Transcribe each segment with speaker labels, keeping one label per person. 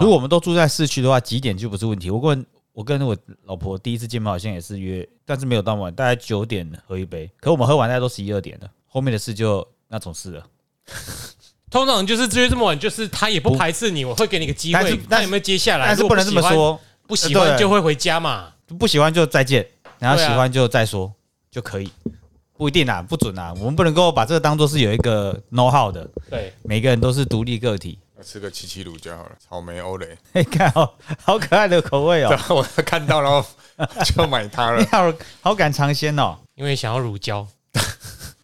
Speaker 1: 如果我们都住在市区的话，几点就不是问题。我跟我跟我老婆第一次见面好像也是约，但是没有到晚，大概九点喝一杯。可我们喝完大概都十一二点了，后面的事就那种事了。
Speaker 2: 通常就是约这么晚，就是他也不排斥你，我会给你个机
Speaker 1: 但是
Speaker 2: 会，
Speaker 1: 但
Speaker 2: 看
Speaker 1: 是
Speaker 2: 有没有接下来。
Speaker 1: 但是
Speaker 2: 如果
Speaker 1: 不能这么
Speaker 2: 喜欢，
Speaker 1: 说，
Speaker 2: 不喜
Speaker 1: 呃
Speaker 2: 欢
Speaker 1: 对
Speaker 2: 就会回家嘛。
Speaker 1: 啊不喜欢就再见，然后
Speaker 2: 对
Speaker 1: 喜
Speaker 2: 啊
Speaker 1: 欢就再说、就可以，不一定啊，不准啊，我们不能够把这个当做是有一个 know how 的，
Speaker 2: 对，
Speaker 1: 每个人都是独立个体。
Speaker 3: 吃个七七乳加好了，草莓欧蕾。
Speaker 1: 嘿，看好好可爱的口味哦、
Speaker 3: 然后我看到，然后就买它
Speaker 1: 你
Speaker 3: 了。
Speaker 1: 好好敢尝鲜哦，
Speaker 2: 因为想要乳胶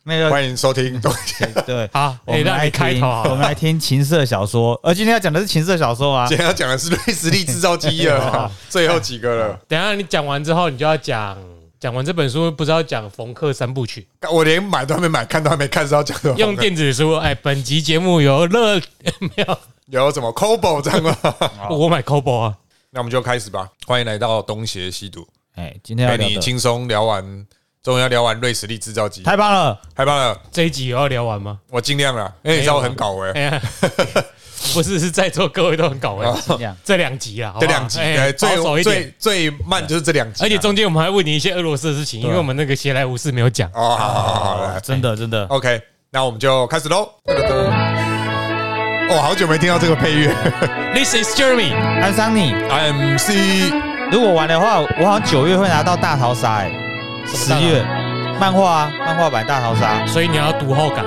Speaker 1: 那个
Speaker 3: 欢迎收听东杰，
Speaker 1: 对。
Speaker 2: 啊，
Speaker 1: 我
Speaker 2: 哎，
Speaker 1: 们
Speaker 2: 让
Speaker 1: 来
Speaker 2: 你开
Speaker 1: 听，
Speaker 2: 头好
Speaker 1: 我们
Speaker 2: 了。
Speaker 1: 来听情色小 说，而今天要讲的是情色小说啊
Speaker 3: 今。天要讲的是瑞士力制造机了，最后几个了。
Speaker 2: 等一下你讲完之后，你就要讲。讲完这本书，不知道讲冯克三部曲，
Speaker 3: 我连买都还没买，看都还没看，是要讲什么？
Speaker 2: 用电子书。哎，本集节目由乐没有，
Speaker 3: 有什么 Cobo 这样吗？
Speaker 2: 我买 Kobo 啊。
Speaker 3: 那我们就开始吧。欢迎来到东邪西毒，
Speaker 1: 哎，今天要
Speaker 3: 陪
Speaker 1: 聊
Speaker 3: 你
Speaker 1: 的
Speaker 3: 轻松聊完，终于要聊完瑞士力制造机，
Speaker 1: 太棒了，
Speaker 3: 太棒了！
Speaker 2: 这一集有要聊 完吗？
Speaker 3: 我尽量了，因为你知道我很搞哎。
Speaker 2: 哎呀，不是，是在座各位都很搞哎。
Speaker 1: 这样
Speaker 2: 这两集啊，好不
Speaker 3: 这
Speaker 2: 好
Speaker 3: 两集，
Speaker 2: 哎保
Speaker 3: 对
Speaker 2: 守
Speaker 3: 最
Speaker 2: 一
Speaker 3: 最
Speaker 2: 点，
Speaker 3: 最慢就是这两集啊，
Speaker 2: 而且中间我们还问你一些俄罗斯的事
Speaker 1: 啊
Speaker 2: 情，因为我们那个闲来无事没有讲。
Speaker 3: 哦，好好好好
Speaker 2: 哎
Speaker 3: 好，来
Speaker 1: 真的真
Speaker 2: 哦
Speaker 1: 的，
Speaker 3: OK，那我们就开始喽。哦，好久没听到这个配乐。
Speaker 2: This is Jeremy，
Speaker 1: 安桑尼，
Speaker 3: I'm C，
Speaker 1: 如果玩的话，我好像九月会拿到大逃杀，哎，
Speaker 2: 么
Speaker 1: 十
Speaker 2: 大逃杀
Speaker 1: 月漫画啊，漫画版大逃杀，
Speaker 2: 所以你要读后感。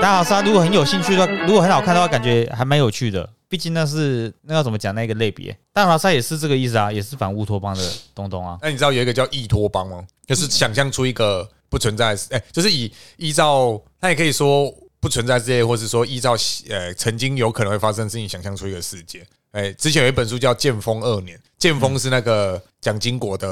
Speaker 1: 大逃杀如果很有兴趣的话，如果很好看的话，感觉还蛮有趣的。毕竟那是那要怎么讲那个类别？大逃杀也是这个意思啊，也是反乌托邦的东东啊。
Speaker 3: 那你知道有一个叫异托邦吗？就是想象出一个不存在的世，哎、就是以依照，那也可以说不存在世界，或是说依照呃曾经有可能会发生的事情，想象出一个世界。哎、之前有一本书叫《剑锋二年》，剑锋是那个蒋经国的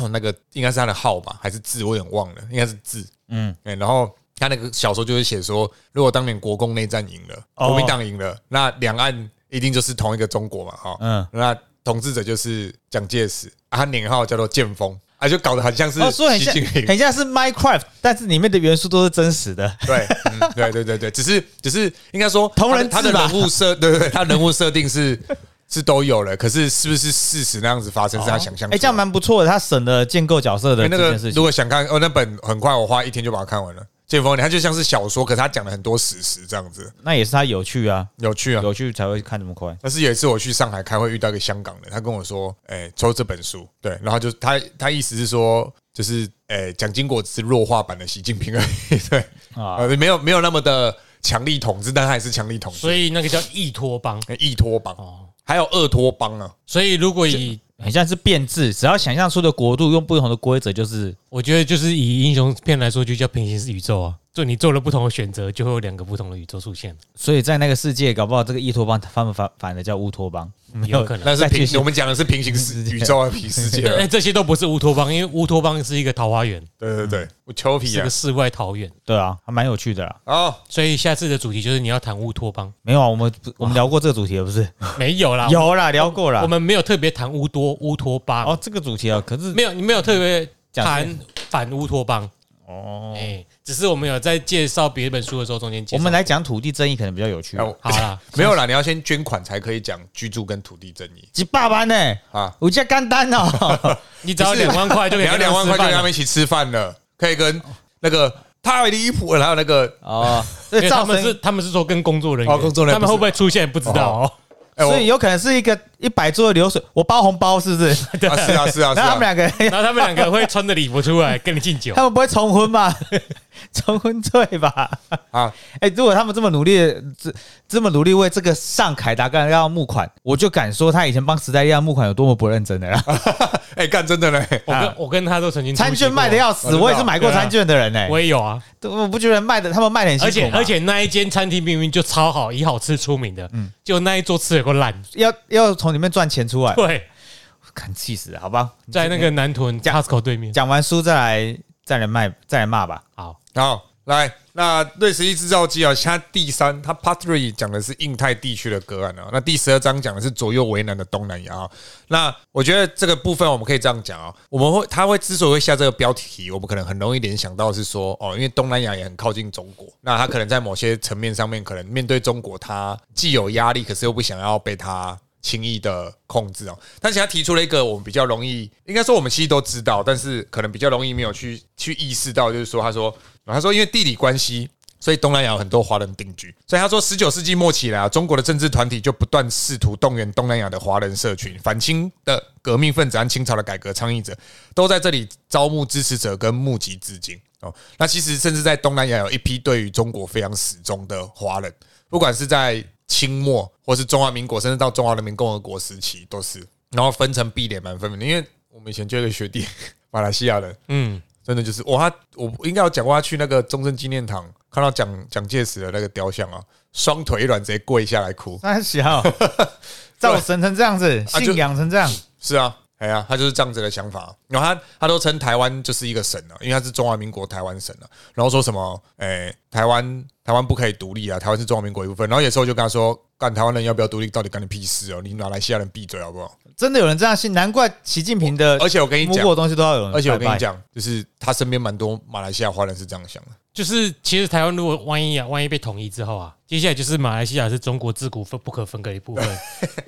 Speaker 3: 哦那个，应该是他的号吧，还是字？我有点忘了，应该是字。
Speaker 1: 嗯，
Speaker 3: 哎、然后他那个小说就是写说，如果当年国共内战赢了，
Speaker 1: 哦
Speaker 3: 国民党赢了，那两岸一定就是同一个中国嘛，哈、
Speaker 1: 嗯
Speaker 3: 那统治者就是蒋介石，啊、他年号叫做剑锋，啊，就搞得很像是
Speaker 1: 哦，所以很
Speaker 3: 习近
Speaker 1: 像
Speaker 3: 平，
Speaker 1: 很像是 Minecraft，但是里面的元素都是真实的。
Speaker 3: 对、嗯对对对对，只是只是应该说
Speaker 1: 同人志吧
Speaker 3: 他的他的人物设，对对对，他人物设定是是都有了，可是是不是事实那样子发生，是他想象出来的。
Speaker 1: 哎，这样蛮不错的，他省了建构角色的
Speaker 3: 欸那
Speaker 1: 这
Speaker 3: 个
Speaker 1: 件事
Speaker 3: 如
Speaker 1: 情。
Speaker 3: 果想看哦，那本很快我花一天就把它看完了。剑锋，它就像是小说，可是他讲了很多史实，这样子
Speaker 1: 那也是他有趣啊，
Speaker 3: 有趣啊。
Speaker 1: 有趣才会看这么快。
Speaker 3: 但是有一次我去上海开会，遇到一个香港人，他跟我说：“哎、抽这本书。”对，然后就他他意思是说，就是哎，蒋、经国只是弱化版的习近平而已，对，
Speaker 1: 啊
Speaker 3: 呃，没有没有那么的强力统治，但他也是强力统治，
Speaker 2: 所以那个叫异托邦。
Speaker 3: 哎异托邦，
Speaker 2: 哦
Speaker 3: 还有恶托邦啊，
Speaker 2: 所以如果以
Speaker 1: 很像是变质，只要想象出的国度用不同的规则，就是
Speaker 2: 我觉得就是以英雄片来说，就叫平行式宇宙啊。就你做了不同的选择，就会有两个不同的宇宙出现，
Speaker 1: 所以在那个世界，搞不好这个异托邦他们反反的叫乌托邦，没
Speaker 2: 有可能。
Speaker 3: 那是
Speaker 1: 再继续
Speaker 3: 平我们讲的是平行世宇宙啊，平行 世界啊，
Speaker 2: 哎，这些都不是乌托邦，因为乌托邦是一个桃花源，
Speaker 3: 对对对，我丘比
Speaker 2: 是
Speaker 3: 啊
Speaker 2: 个，世外桃源。
Speaker 1: 对啊，还蛮有趣的啦。
Speaker 3: 哦，
Speaker 2: 所以下次的主题就是你要谈乌 托邦，
Speaker 1: 没有啊，我们不我们聊过这个主题了，不是？
Speaker 2: 没有啦，
Speaker 1: 有啦，聊过啦
Speaker 2: 我。们没有特别谈乌多乌托邦，
Speaker 1: 哦，这个主题啊，可是
Speaker 2: 没有，你没有特别
Speaker 1: 讲
Speaker 2: 谈反乌托邦，
Speaker 1: 哦，
Speaker 2: 哎，只是我们有在介绍别本书的时候中间介
Speaker 1: 我
Speaker 2: 绍
Speaker 1: 们来讲土地争议可能比较有趣啊
Speaker 3: 哎。我
Speaker 2: 好啊啦，
Speaker 3: 没有啦，你要先捐款才可以讲居住跟土地争议
Speaker 1: 几百万呢？
Speaker 3: 啊。
Speaker 1: 我家干单哦，
Speaker 2: 你只要两万块就可
Speaker 3: 你
Speaker 2: 以
Speaker 3: 要
Speaker 2: 跟他
Speaker 3: 两万块就
Speaker 2: 吃饭啊
Speaker 3: 跟他
Speaker 2: 了
Speaker 3: 们一起吃饭了，可以跟那个太离谱了，还有那个
Speaker 1: 哦，所
Speaker 2: 因
Speaker 1: 以
Speaker 2: 为他
Speaker 1: 造
Speaker 2: 们是
Speaker 1: 成，
Speaker 2: 他们是说跟工作人员，
Speaker 3: 哦工作人员
Speaker 2: 他们会不会出现不知道哦。
Speaker 3: 哎我
Speaker 1: 所以有可能是一个一百桌的流水，我包红包是不是？
Speaker 3: 啊是啊是啊 是
Speaker 1: 然后他们
Speaker 3: 啊，
Speaker 1: 两个人，
Speaker 2: 然后他们两个会穿着礼服出来跟你 敬酒
Speaker 1: 他，们不会重婚 吧？重婚罪吧？
Speaker 3: 啊
Speaker 1: 哎，如果他们这么努力，这这么努力为这个上凯达格兰要募款，我就敢说他以前帮时代力量募款有多么不认真的啦。
Speaker 3: 哎干真的嘞，
Speaker 2: 我跟我跟他都曾经出 席
Speaker 1: 餐
Speaker 2: 过
Speaker 1: 券卖的，要死，
Speaker 3: 哦
Speaker 1: 我也是买过
Speaker 2: 对啊
Speaker 1: 餐券的人呢。
Speaker 2: 我也有啊，
Speaker 1: 对我不觉得卖的他们卖的很辛
Speaker 2: 而
Speaker 1: 苦
Speaker 2: 且
Speaker 1: 吗
Speaker 2: 而且那一间餐厅明明就超好，以好吃出名的，就那一桌吃有个烂，
Speaker 1: 要要从里面赚钱出来，
Speaker 2: 对，
Speaker 1: 看气死了，好吧？
Speaker 2: 在那个南屯 Costco 对面。
Speaker 1: 讲完书再来再来卖再来骂吧。
Speaker 2: 好，
Speaker 3: 好来。那瑞士一制造机啊，它第三，它 Part Three 讲的是印太地区的个案啊，那第十二章讲的是左右为难的东南亚啊。那我觉得这个部分我们可以这样讲啊，我们会它会之所以会下这个标题，我们可能很容易联想到是说哦，因为东南亚也很靠近中国，那它可能在某些层面上面，可能面对中国，它既有压力，可是又不想要被它轻易的控制哦。但是他提出了一个我们比较容易，应该说我们其实都知道，但是可能比较容易没有去去意识到，就是说他说他说因为地理关系。所以东南亚有很多华人定居，所以他说，十九世纪末期啦，中国的政治团体就不断试图动员东南亚的华人社群，反清的呃革命分子和清朝的改革倡议者都在这里招募支持者跟募集资金哦。那其实甚至在东南亚有一批对于中国非常死忠的华人，不管是在清末或是中华民国，甚至到中华人民共和国时期都是，然后分成壁垒蛮分明的，因为我们以前就有一个学弟，马来西亚人，
Speaker 2: 嗯，
Speaker 3: 真的就是哇，他我应该有讲过，他去那个中正纪念堂看到蒋蒋介石的那个雕像啊，双腿软，直接跪下来哭。
Speaker 1: 三小 造神成这样 子，
Speaker 3: 啊就
Speaker 1: 信仰成这样，
Speaker 3: 是啊，哎呀、他就是这样子的想法。然后他他都称台湾就是一个省了、因为他是中华民国台湾省了、然后说什么，哎、台湾台湾不可以独立啊，台湾是中华民国一部分。然后有时候就跟他说，干台湾人要不要独立，到底干你屁事哦，你马来西亚人闭嘴好不好？
Speaker 1: 真的有人这样信，难怪习近平的
Speaker 3: 而且我跟你
Speaker 1: 摸
Speaker 3: 讲
Speaker 1: 过，的东西都要有人拜拜。
Speaker 3: 而且我跟你讲，就是他身边蛮多马来西亚华人是这样想的。
Speaker 2: 就是其实台湾如果万一啊，万一被统一之后啊，接下来就是马来西亚是中国自古分不可分割的一部 分，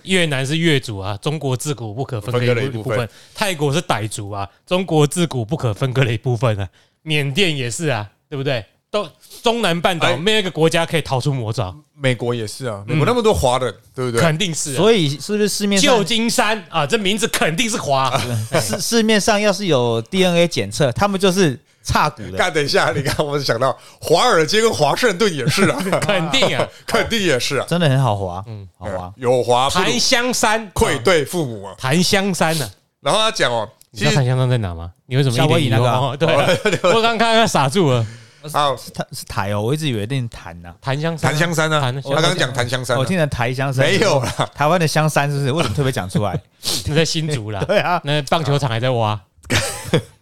Speaker 2: 越南是越族啊，中国自古不可分割的一部
Speaker 3: 分割的
Speaker 2: 分，
Speaker 3: 一
Speaker 2: 泰国是傣族啊，中国自古不可分割的一部分啊，缅甸也是啊，对不对？都中南半
Speaker 3: 哎
Speaker 2: 岛没有一个国家可以逃出魔爪，
Speaker 3: 美国也是啊，美国那么多华人，对不对？
Speaker 2: 肯定是、啊。
Speaker 1: 所以是不是市面
Speaker 2: 旧
Speaker 1: 上
Speaker 2: 金山啊，这名字肯定是华，
Speaker 1: 市市面上要是有 DNA 检测，他们就是差股的。
Speaker 3: 干，等一下，你看，我想到华尔街跟华盛顿也是啊，
Speaker 2: 肯定啊，
Speaker 3: 肯定也是啊，哎
Speaker 1: 真的很好滑，嗯，
Speaker 3: 啊
Speaker 1: 好滑。
Speaker 3: 有华不
Speaker 2: 檀香山，
Speaker 3: 愧对父母啊。
Speaker 2: 檀香山呢、啊？
Speaker 3: 然后他讲哦，
Speaker 2: 你知
Speaker 3: 其
Speaker 2: 道
Speaker 3: 实
Speaker 2: 檀香山在哪吗？你为什么
Speaker 1: 夏
Speaker 2: 一
Speaker 1: 威
Speaker 2: 脸
Speaker 1: 夷
Speaker 2: 疑
Speaker 1: 那个啊
Speaker 2: 惑？ 对啊，我刚看他傻住了。
Speaker 3: 啊，
Speaker 1: 是台是台哦，我一直以为念檀呐、
Speaker 2: 檀香山啊，
Speaker 3: 檀香山呢，
Speaker 2: 檀
Speaker 3: 他刚刚讲檀香山啊
Speaker 1: 我，听成台香山
Speaker 3: 没有啦，
Speaker 1: 台湾的香山是不是？为什么特别讲出来？
Speaker 2: 你在新竹啦，
Speaker 1: 对啊，
Speaker 2: 那棒球场还在挖，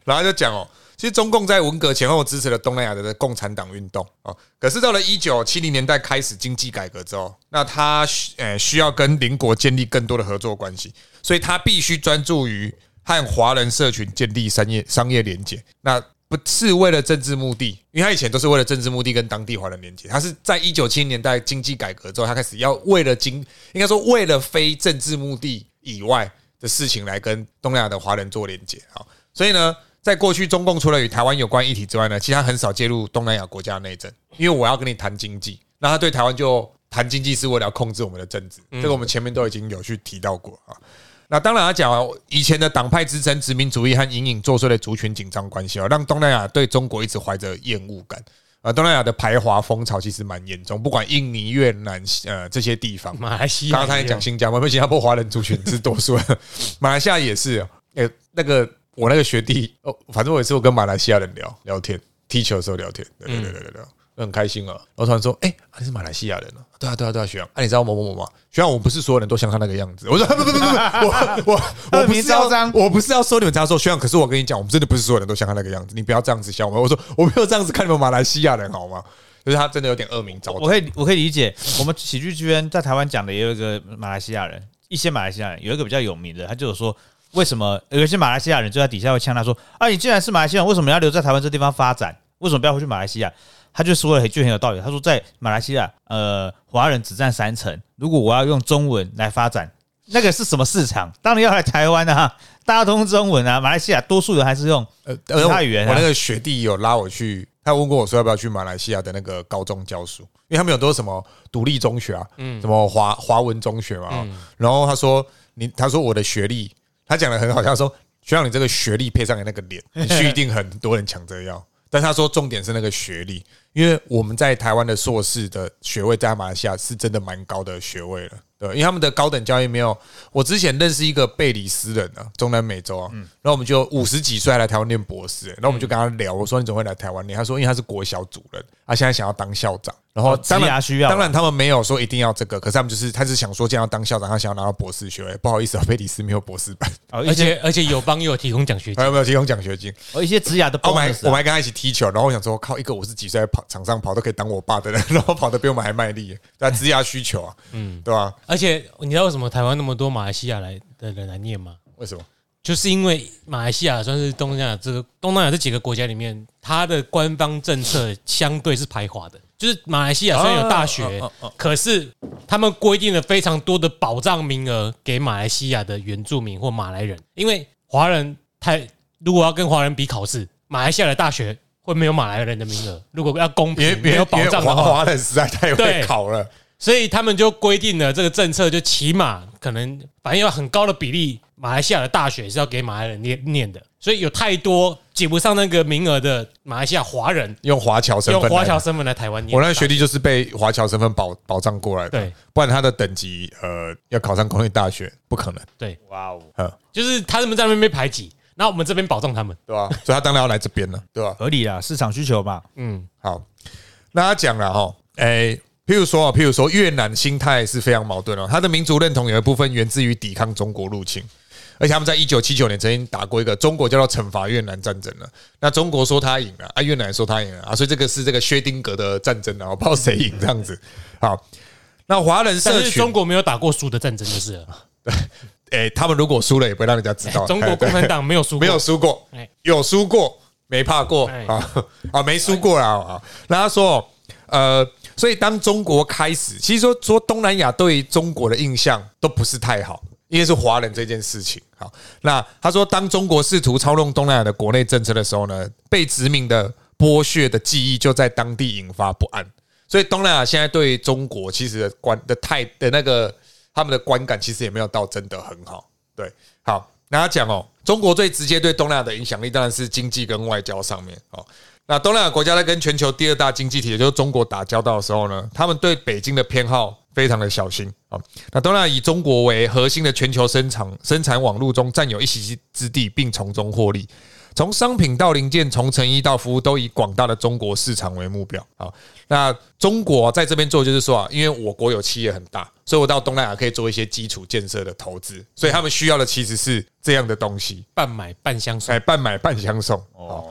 Speaker 3: 然后他就讲哦。其实中共在文革前后支持了东南亚的共产党运动哦，可是到了一九七零年代开始经济改革之后，那他需呃需要跟邻国建立更多的合作关系，所以他必须专注于和华人社群建立商业商业连接。那不是为了政治目的，因为他以前都是为了政治目的跟当地华人连接。他是在一九七零年代经济改革之后，他开始要为了经，应该说为了非政治目的以外的事情来跟东南亚的华人做连接啊。所以呢，在过去中共除了与台湾有关议题之外呢，其实他很少介入东南亚国家内政，因为我要跟你谈经济，那他对台湾就谈经济是为了要控制我们的政治，这个我们前面都已经有去提到过啊。那当然，他讲啊，以前的党派之争、殖民主义和隐隐作祟的族群紧张关系哦，让东南亚对中国一直怀着厌恶感。呃，东南亚的排华风潮其实蛮严重，不管印尼、越南呃这些地方，
Speaker 2: 马来西亚
Speaker 3: 刚
Speaker 2: 也有。
Speaker 3: 刚他也讲新加坡，因为新加坡华人族群是多数 的，马来西亚也是。呃、那个我那个学弟哦，反正我也是我跟马来西亚人聊聊天，踢球的时候聊天，对对对对对对。很开心啊！然后突然说：“哎、啊你是马来西亚人啊？对啊，对啊，对啊，学长。啊，你知道某某某吗？学长，我们不是所有人都像他那个样子。我说：不不不不不，我我我不是要
Speaker 1: 恶名昭彰
Speaker 3: 我不是要说你们这样说，学长。可是我跟你讲，我们真的不是所有人都像他那个样子，你不要这样子笑我们。我说我没有这样子看你们马来西亚人好吗？就是他真的有点恶名昭彰
Speaker 1: 我。可以我可以理解，我们喜剧之渊在台湾讲的也有一个马来西亚人，一些马来西亚人有一个比较有名的，他就有说。为什么有一些马来西亚人就在底下会呛他说：“啊，你既然是马来西亚人，为什么要留在台湾这地方发展？为什么不要回去马来西亚？”他就说了一句很有道理，他说：“在马来西亚，呃，华人只占三成。如果我要用中文来发展，那个是什么市场？当然要来台湾啊，大家都用中文啊。马来西亚多数人还是用
Speaker 3: 呃，
Speaker 1: 其他语言啊
Speaker 3: 我那个学弟有拉我去，他问过我说要不要去马来西亚的那个高中教书，因为他们有都是什么独立中学啊，什么华华文中学嘛、然后他说你，他说我的学历，他讲的很好，他说学长你这个学历配上你那个 脸，你去一定很多人抢着要。但是他说重点是那个学历，因为我们在台湾的硕士的学位在马来西亚是真的蛮高的学位了。对，因为他们的高等教育没有，我之前认识一个贝里斯人啊，中南美洲啊，
Speaker 1: 嗯
Speaker 3: 然后我们就五十几岁还来台湾念博士、然后我们就跟他
Speaker 1: 嗯
Speaker 3: 聊，我说你怎么会来台湾念？他说因为他是国小主任，他现在想要当校长，然后
Speaker 1: 哦
Speaker 3: 当
Speaker 1: 职
Speaker 3: 然
Speaker 1: 涯需要
Speaker 3: 当然他们没有说一定要这个，可是他们就是他是想说这样要当校长，他想要拿到博士学位。不好意思啊，贝里斯没有博士班，
Speaker 1: 呃
Speaker 2: 而
Speaker 1: 一些
Speaker 2: 且而且友邦又有提供奖学
Speaker 3: 还
Speaker 2: 金，
Speaker 3: 有没有提供奖学金？
Speaker 1: 呃一些职涯的
Speaker 3: 啊我们还
Speaker 1: bonus
Speaker 3: 我
Speaker 1: 啊
Speaker 3: 们还跟他一起踢球，然后我想说，靠，一个五十几岁在跑场上跑都可以当我爸的人，然后跑得比我们还卖力，对啊，职业需求啊，嗯，对吧、
Speaker 2: 而且你知道为什么台湾那么多马来西亚来的人来念吗？
Speaker 3: 为什么？
Speaker 2: 就是因为马来西亚算是东南亚这个东南亚这几个国家里面，它的官方政策相对是排华的。就是马来西亚虽然有大学，
Speaker 3: 哦哦哦
Speaker 2: 可是他们规定了非常多的保障名额给马来西亚的原住民或马来人，因为华人太如果要跟华人比考试，马来西亚的大学会没有马来人的名额。如果要公
Speaker 3: 因为
Speaker 2: 平，没有保
Speaker 3: 因为
Speaker 2: 障的啊
Speaker 3: 华
Speaker 2: 话，
Speaker 3: 华人实在太会
Speaker 2: 对
Speaker 3: 考了，
Speaker 2: 所以他们就规定了这个政策，就起码可能反正有很高的比例，马来西亚的大学是要给马来人念念的，所以有太多挤不上那个名额的马来西亚华人，
Speaker 3: 用华侨身
Speaker 2: 用
Speaker 3: 份来。
Speaker 2: 华侨身份来台湾念。
Speaker 3: 我那个学弟就是被华侨身份保保障过来的，
Speaker 2: 对，
Speaker 3: 不然他的等级呃要考上公立大学不可能，
Speaker 2: 对，
Speaker 1: 哇哦，
Speaker 3: 嗯，
Speaker 2: 就是他们在那边被排挤，然后我们这边保障他们。
Speaker 3: 对吧、所以他当然要来这边了，对吧、
Speaker 1: 合理啦，市场需求嘛。
Speaker 2: 嗯，
Speaker 3: 好，那他讲了哈，哎、譬如说啊，譬如说越南心态是非常矛盾哦，他的民族认同有一部分源自于抵抗中国入侵。而且他们在一九七九年曾经打过一个中国叫做惩罚越南战争了，那中国说他赢了，啊越南说他赢了啊，所以这个是这个薛丁格的战争啊，我不 知道谁赢这样子。好，那华人
Speaker 2: 但
Speaker 3: 社
Speaker 2: 是
Speaker 3: 群
Speaker 2: 中，国没有打过输的战争就是 了，
Speaker 3: 哎、他们如果输了也不会让人家知道，
Speaker 2: 哎中国共产党没有输过，
Speaker 3: 哦没有输过
Speaker 2: 哎，
Speaker 3: 有输过没怕过
Speaker 2: 哎
Speaker 3: 啊啊，没输过啦啊。那他说，呃，所以当中国开始，其实说说东南亚对于中国的印象都不是太好，因为是华人这件事情。好，那他说，当中国试图操弄东南亚的国内政策的时候呢，被殖民的剥削的记忆就在当地引发不安。所以东南亚现在对中国其实的观的态的那个他们的观感其实也没有到真的很好。对，好，那他讲哦，中国最直接对东南亚的影响力当然是经济跟外交上面哦。那东南亚国家在跟全球第二大经济体，也就是中国打交道的时候呢，他们对北京的偏好非常的小心哦。那东南亚以中国为核心的全球生产生产网络中占有一席之地，并从中获利。从商品到零件，从成衣到服务，都以广大的中国市场为目标啊。那中国在这边做，就是说啊，因为我国有企业很大，所以我到东南亚可以做一些基础建设的投资，所以他们需要的其实是这样的东西，
Speaker 2: 半买半相送
Speaker 3: 哎，。半买半相送。
Speaker 1: 哦，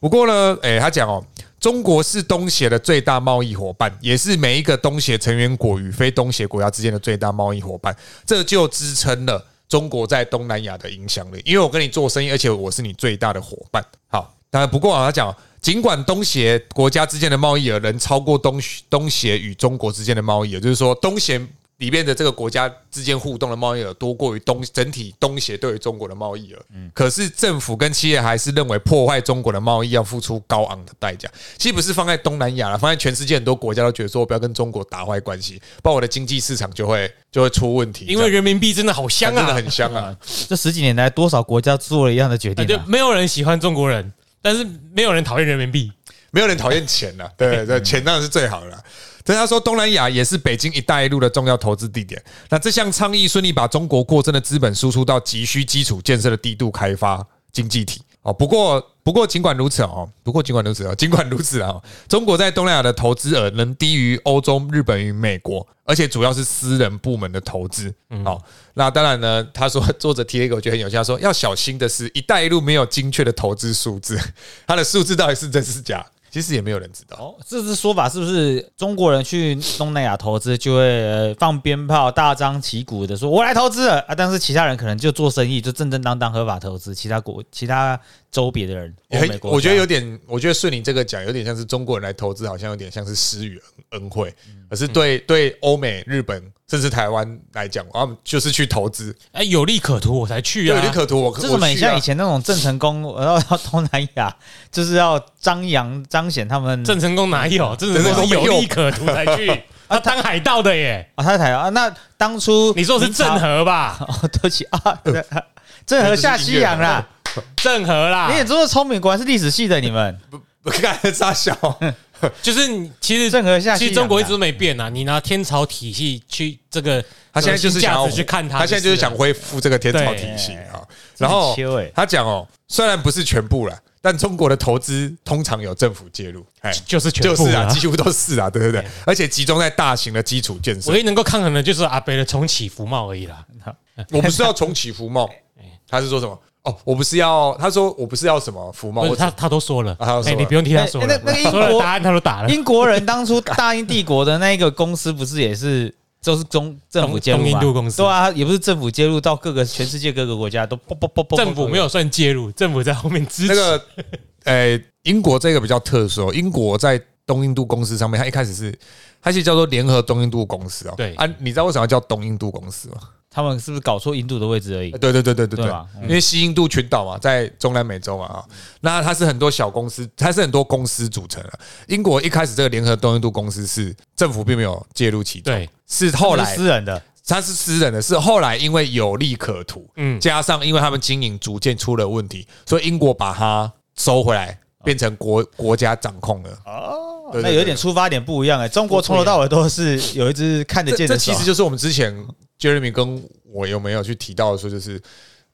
Speaker 3: 不过呢，哎，他讲哦，中国是东协的最大贸易伙伴，也是每一个东协成员国与非东协国家之间的最大贸易伙伴，这就支撑了中国在东南亚的影响力。因为我跟你做生意，而且我是你最大的伙伴。好，当然不过啊，他讲哦。尽管东协国家之间的贸易额能超过东东协与中国之间的贸易额，就是说东协里面的这个国家之间互动的贸易额多过于东整体东协对于中国的贸易额。
Speaker 2: 嗯
Speaker 3: 可是政府跟企业还是认为破坏中国的贸易要付出高昂的代价。其实不是放在东南亚了，放在全世界很多国家都觉得说，我不要跟中国打坏关系，不然我的经济市场就会就会出问题。
Speaker 2: 因为人民币真的好
Speaker 3: 这
Speaker 2: 香
Speaker 3: 样真的
Speaker 2: 啊！
Speaker 3: 很香啊，
Speaker 1: 这十几年来多少国家做了一样的决
Speaker 2: 啊
Speaker 1: 定
Speaker 2: 就
Speaker 1: 啊？
Speaker 2: 没有人喜欢中国人，但是没有人讨厌人民币。
Speaker 3: 没有人讨厌钱啊了，对 对对，钱当然是最好的啦。但是他说，东南亚也是北京“一带一路”的重要投资地点。那这项倡议顺利把中国过剩的资本输出到急需基础建设的低度开发经济体。哦，不过不过尽管如此哦，不过尽管如此哦，尽管如此啊、哦，中国在东南亚的投资额能低于欧洲、日本与美国，而且主要是私人部门的投资。嗯好、哦那当然呢，他说作者提了一个我觉得很有趣，他说要小心的是“一带一路”没有精确的投资数字， 它的数字到底是真是假，其实也没有人知道。
Speaker 1: 哦，这是说法是不是中国人去东南亚投资就会呃放鞭炮、大张旗鼓的说“我来投资了”啊？但是其他人可能就做生意，就正正当当合法投资，其他国、其他周别的人，欧美
Speaker 3: 很，
Speaker 1: 国家
Speaker 3: 我觉得有点，我觉得顺你这个讲，有点像是中国人来投资，好像有点像是施予恩恩惠，可是对对欧美、日本甚至台湾来讲，他们就是去投资，
Speaker 2: 哎，有利可图我才去
Speaker 3: 有
Speaker 2: 啊
Speaker 3: 利。可图。我
Speaker 1: 这怎么
Speaker 3: 我
Speaker 1: 很
Speaker 3: 去啊
Speaker 1: 像 以前那种郑成功，我要到东南亚 就是要张扬彰显他
Speaker 3: 嗯
Speaker 1: 们
Speaker 2: 郑成功哪有？郑成功是有利可图才
Speaker 3: 啊
Speaker 2: 去，他当海盗的耶。
Speaker 1: 啊，他台啊，那当初
Speaker 2: 你说的是
Speaker 1: 明朝
Speaker 2: 郑和吧？
Speaker 1: 哦，对不起啊，郑和下西洋 啦，
Speaker 2: 郑和啦
Speaker 1: 你，也这么聪明，果然是历史系的你们，
Speaker 3: 不看傻笑，
Speaker 2: 就是你其实
Speaker 1: 郑和下西洋啦
Speaker 2: 其实中国一直都没变啊。你拿天朝体系去这个，
Speaker 3: 他现在就是想
Speaker 2: 价
Speaker 3: 要
Speaker 2: 值去看
Speaker 3: 他现在就是想
Speaker 2: 了
Speaker 3: 恢复这个天朝体系啊。
Speaker 1: 真
Speaker 3: 然后
Speaker 1: 的很缺欸
Speaker 3: 他讲哦，虽然不是全部了，但中国的投资通常有政府介入，哎，
Speaker 2: 就是全
Speaker 3: 就
Speaker 2: 部
Speaker 3: 是啊，
Speaker 2: 啊。
Speaker 3: 几乎都是啊，对不对
Speaker 2: 对？
Speaker 3: 而且集中在大型的基础建设
Speaker 2: 唯。一能够抗衡的就是阿北的重启福茂而已啦。
Speaker 3: 我不是要重启福 茂，他是说什么？哦，我不是要，他说我不是要什么福茂，
Speaker 2: 不
Speaker 3: 我
Speaker 2: 是他他都说了，
Speaker 3: 啊他都说
Speaker 2: 哎，
Speaker 3: 了
Speaker 2: 你不用替他说
Speaker 1: 哎
Speaker 2: 了
Speaker 1: 那那个英，国
Speaker 2: 说了答案他都打了。
Speaker 1: 英国人当初大英帝国的那一个公司不是也是 都是中政府介入
Speaker 2: 东印
Speaker 1: 嘛
Speaker 2: 度公司
Speaker 1: 对啊，也不是政府介入，到各个全世界各个国家都 啵啵啵啵啵
Speaker 2: 政府没有算介入，政府在后面支持。
Speaker 3: 那个，呃，英国这个比较特殊哦，英国在东印度公司上面，它一开始是它其实叫做联合东印度公司哦。
Speaker 2: 对
Speaker 3: 啊，你知道为什么要叫东印度公司吗？
Speaker 1: 他们是不是搞错印度的位置而已
Speaker 3: 呃？对对对对对
Speaker 1: 对
Speaker 3: 对
Speaker 2: 啊
Speaker 1: 吧，嗯
Speaker 3: 因为西印度群岛嘛，在中南美洲嘛啊，那它是很多小公司，它是很多公司组成的。英国一开始这个联合东印度公司是政府并没有介入其中，
Speaker 2: 对，
Speaker 3: 是后
Speaker 1: 是
Speaker 3: 来
Speaker 1: 私人的，
Speaker 3: 它是私人的，是后来因为有利可图，
Speaker 2: 嗯，
Speaker 3: 加上因为他们经营逐渐出了问题，所以英国把它收回来，
Speaker 2: 啊
Speaker 3: 变成国国家掌控了。哦，
Speaker 1: 那有点出发点不一样哎。中国从头到尾都是有一只看得
Speaker 3: 这
Speaker 1: 见
Speaker 3: 这
Speaker 1: 的手
Speaker 3: 其实就是我们之前 Jeremy 跟我有没有去提到说，就是，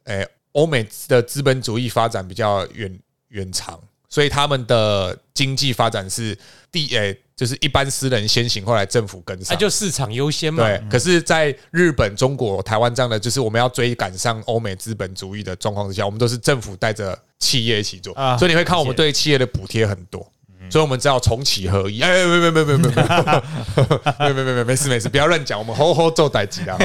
Speaker 3: 诶、欧美的资本主义发展比较远远长，所以他们的经济发展是第诶、就是一般私人先行，后来政府跟
Speaker 2: 那
Speaker 3: 上。
Speaker 2: 啊就市场优先嘛。
Speaker 3: 对，可是，在日本、中国、台湾这样的，就是我们要追赶上欧美资本主义的状况之下，我们都是政府带着企业一起做，
Speaker 1: 啊
Speaker 3: 所以你会看我们对企业的补贴很多。所以我们只好重启合一。哎，没没没没没没没没没没没事没事，不要乱讲，我们好好做代级啦，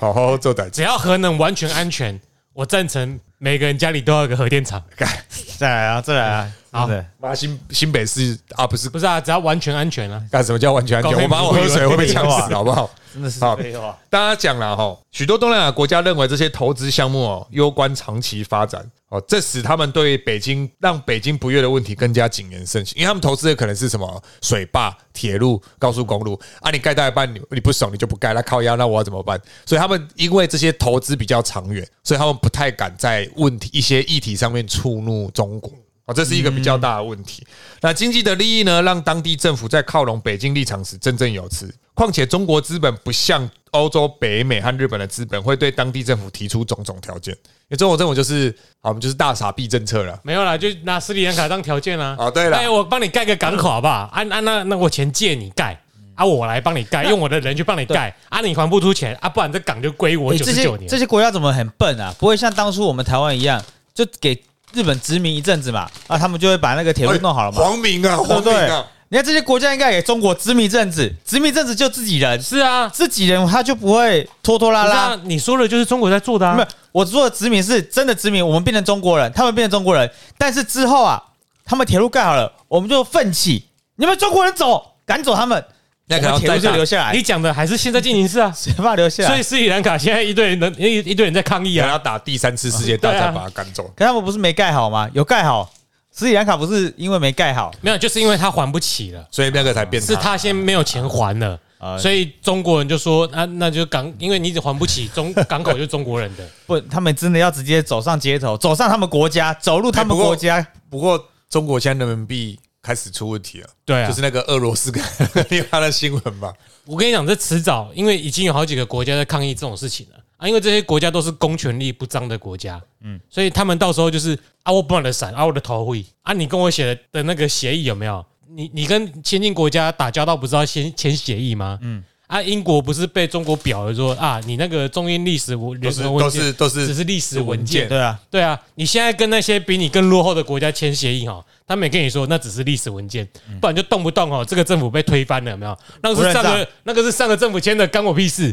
Speaker 3: 好好好做代级。
Speaker 2: 只要核能完全安全，我赞成每个人家里都要有个核电厂。
Speaker 1: 再来啊，再来啊，
Speaker 2: 好
Speaker 1: 真的
Speaker 3: 妈新新北市啊，不是
Speaker 2: 不是啊，只要完全安全啊。
Speaker 3: 干什么叫完全安全？我妈我喝水会被呛死，好不好？
Speaker 1: 真的是
Speaker 3: 好
Speaker 1: 废话。
Speaker 3: 大家讲了哈，许多东南亚国家认为这些投资项目哦攸关长期发展哦，这使他们对北京让北京不悦的问题更加谨言慎行，因为他们投资的可能是什么水坝、铁路、高速公路啊，你盖到一半你你不爽你就不盖，那靠腰那我要怎么办？所以他们因为这些投资比较长远，所以他们不太敢在问题一些议题上面触怒中国。哦，这是一个比
Speaker 1: 嗯
Speaker 3: 较大的问题。那经济的利益呢，让当地政府在靠拢北京立场时振振有词。况且中国资本不像欧洲、北美和日本的资本会对当地政府提出种种条件，因为中国政府就是啊，我们就是大傻逼政策了。
Speaker 2: 没有啦，就拿斯里兰卡当条件啊。
Speaker 3: 哦对啦
Speaker 2: 哎，我帮你盖个港口好不好？啊啊，那那我钱借你盖。啊，我来帮你盖，用我的人去帮你盖。啊，你还不出钱啊，不然这港就归我
Speaker 1: 欸
Speaker 2: 九
Speaker 1: 这
Speaker 2: 十九
Speaker 1: 些
Speaker 2: 年
Speaker 1: 这。些国家怎么很笨啊？不会像当初我们台湾一样，就给日本殖民一阵子嘛，啊，他们就会把那个
Speaker 2: 哎
Speaker 1: 铁路弄好了嘛。
Speaker 3: 哎黄明
Speaker 1: 对
Speaker 3: 啊，黄
Speaker 1: 不
Speaker 3: 明
Speaker 1: 对
Speaker 3: 啊，
Speaker 1: 你看这些国家应该给中国殖民一阵子，殖民一阵子就自己人，
Speaker 2: 是啊，
Speaker 1: 自己人他就不会拖拖拉
Speaker 2: 不是
Speaker 1: 拉
Speaker 2: 啊。，你说的就是中国在做的
Speaker 1: 没
Speaker 2: 啊
Speaker 1: 有。，我说的殖民是真的殖民，我们变成中国人，他们变成中国人，但是之后啊，他们铁路盖好了，我们就奋起，你们中国人走，赶走他们，
Speaker 3: 那可能
Speaker 1: 我们铁
Speaker 3: 再
Speaker 1: 路就
Speaker 3: 打
Speaker 1: 留下来
Speaker 2: 你，讲的还是现在进行式啊。
Speaker 1: 谁怕留下来？
Speaker 2: 所以斯里兰卡现在一堆人能一一堆人在抗议
Speaker 3: 也
Speaker 2: 啊。
Speaker 3: 要打第三次世界大
Speaker 2: 对啊
Speaker 3: 战把它赶走。
Speaker 1: 可他们不是没盖好吗？有盖好，斯里兰卡不是因为没盖好，
Speaker 2: 没有，就是因为他还不起了，
Speaker 3: 所以那个才变
Speaker 2: 是
Speaker 3: 差。
Speaker 2: 他先没有钱还了。
Speaker 1: 啊
Speaker 2: 所以中国人就说啊，那就港，因为你一直还不起，中港口就是中国人的。
Speaker 1: 不，他们真的要直接走上街头，走上他们国家，走入他
Speaker 3: 哎不
Speaker 1: 们
Speaker 3: 过
Speaker 1: 国家。
Speaker 3: 不过中国现在人民币开始出问题了，
Speaker 2: 对啊
Speaker 3: 就是那个俄罗斯跟 你看的新闻吧，
Speaker 2: 我跟你讲，这迟早，因为已经有好几个国家在抗议这种事情了啊，因为这些国家都是公权力不彰的国家，嗯，所以他们到时候就是啊，我不让你的伞，啊，我的头会啊，你跟我写的的那个协议有没有？你你跟先进国家打交道不是要先签协议吗？嗯。啊，英国不是被中国表了说啊，你那个中英历史文
Speaker 3: 都是
Speaker 2: 人文文
Speaker 3: 都
Speaker 2: 件
Speaker 3: 是都
Speaker 2: 只
Speaker 3: 是
Speaker 2: 是历史文件，
Speaker 1: 对啊，
Speaker 2: 对啊，你现在跟那些比你更落后的国家签协议哈，他们也跟你说那只是历史文件，不然就动不动哦，这个政府被推翻了，有没有？那个是上
Speaker 1: 不认
Speaker 2: 个那个是上个政府签的，干我屁事！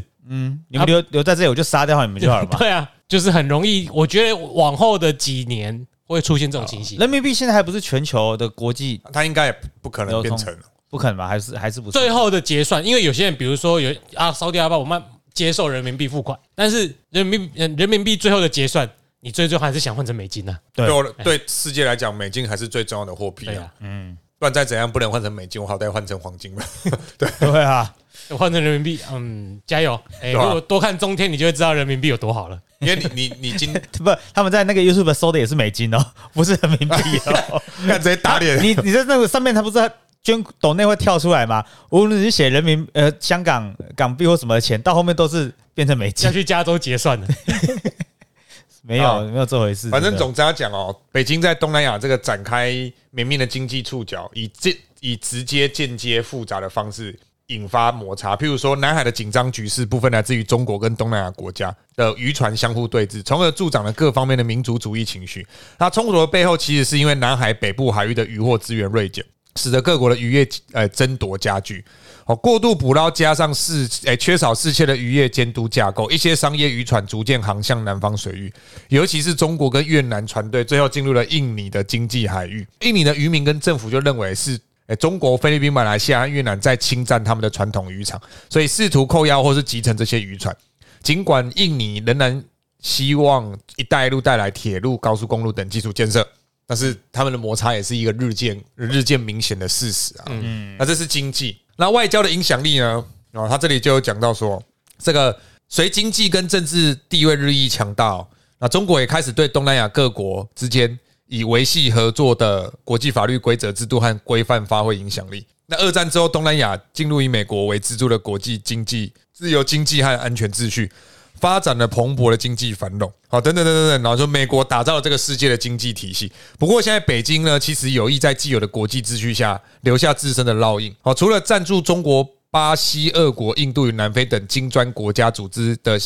Speaker 1: 你们留、留在这里，我就杀掉你们就好了嘛。
Speaker 2: 对啊，就是很容易，我觉得往后的几年会出现这种情形。
Speaker 1: 人民币现在还不是全球的国际，
Speaker 3: 他应该也不可能变成。
Speaker 1: 不可能吧？还是还是不是？
Speaker 2: 最后的结算，因为有些人比如说有啊，烧掉阿爸，我们接受人民币付款，但是人民币人民币最后的结算，你最终还是想换成美金啊呐、
Speaker 1: 对
Speaker 3: 对我对世界来讲，美金还是最重要的货币
Speaker 2: 对
Speaker 3: 啊
Speaker 2: 啊。，
Speaker 3: 不然再怎样不能换成美金，我好歹换成黄金吧。
Speaker 1: 对啊，
Speaker 2: 换成人民币，嗯，加油！哎、
Speaker 3: 对啊
Speaker 2: 如果多看中天，你就会知道人民币有多好了。
Speaker 3: 因为你你你今
Speaker 1: 不，他们在那个 YouTube 收的也是美金哦，不是人民币哦。
Speaker 3: 看直接打脸，
Speaker 1: 你你在那个上面，他不是捐抖内会跳出来吗？无论是写人民呃香港港币或什么钱，到后面都是变成美
Speaker 2: 要
Speaker 1: 金，
Speaker 2: 去加州结算的，
Speaker 1: 没有、
Speaker 3: 啊
Speaker 1: 没有这回事。
Speaker 3: 反正
Speaker 1: 真的
Speaker 3: 总之要讲哦，北京在东南亚这个展开绵密的经济触角，以这以直接、间接、复杂的方式引发摩擦。譬如说，南海的紧张局势部分来自于中国跟东南亚国家的渔船相互对峙，从而助长了各方面的民族主义情绪。那冲突的背后，其实是因为南海北部海域的渔获资源锐减。使得各国的渔业呃争夺加剧。哦，过度捕捞加上事诶、缺少事切的渔业监督架构，一些商业渔船逐渐航向南方水域，尤其是中国跟越南船队最后进入了印尼的经济海域。印尼的渔民跟政府就认为是。诶，中国、菲律宾、马来西亚、和越南在侵占他们的传统渔场，所以试图扣押或是集成这些渔船。尽管印尼仍然希望“一带一路”带来铁路、高速公路等基础建设，但是他们的摩擦也是一个日渐日渐明显的事实啊。嗯，那这是经济，那外交的影响力呢？啊，他这里就有讲到说，这个随经济跟政治地位日益强大、哦，那中国也开始对东南亚各国之间以维系合作的国际法律规则制度和规范发挥影响力。那二战之后，东南亚进入以美国为支柱的国际经济、自由经济和安全秩序，发展了蓬勃的经济繁荣。好，等等等等等，然后说美国打造了这个世界的经济体系。不过现在北京呢，其实有意在既有的国际秩序下留下自身的烙印。好，除了赞助中国、巴西、俄国、印度与南非等金砖国家组织的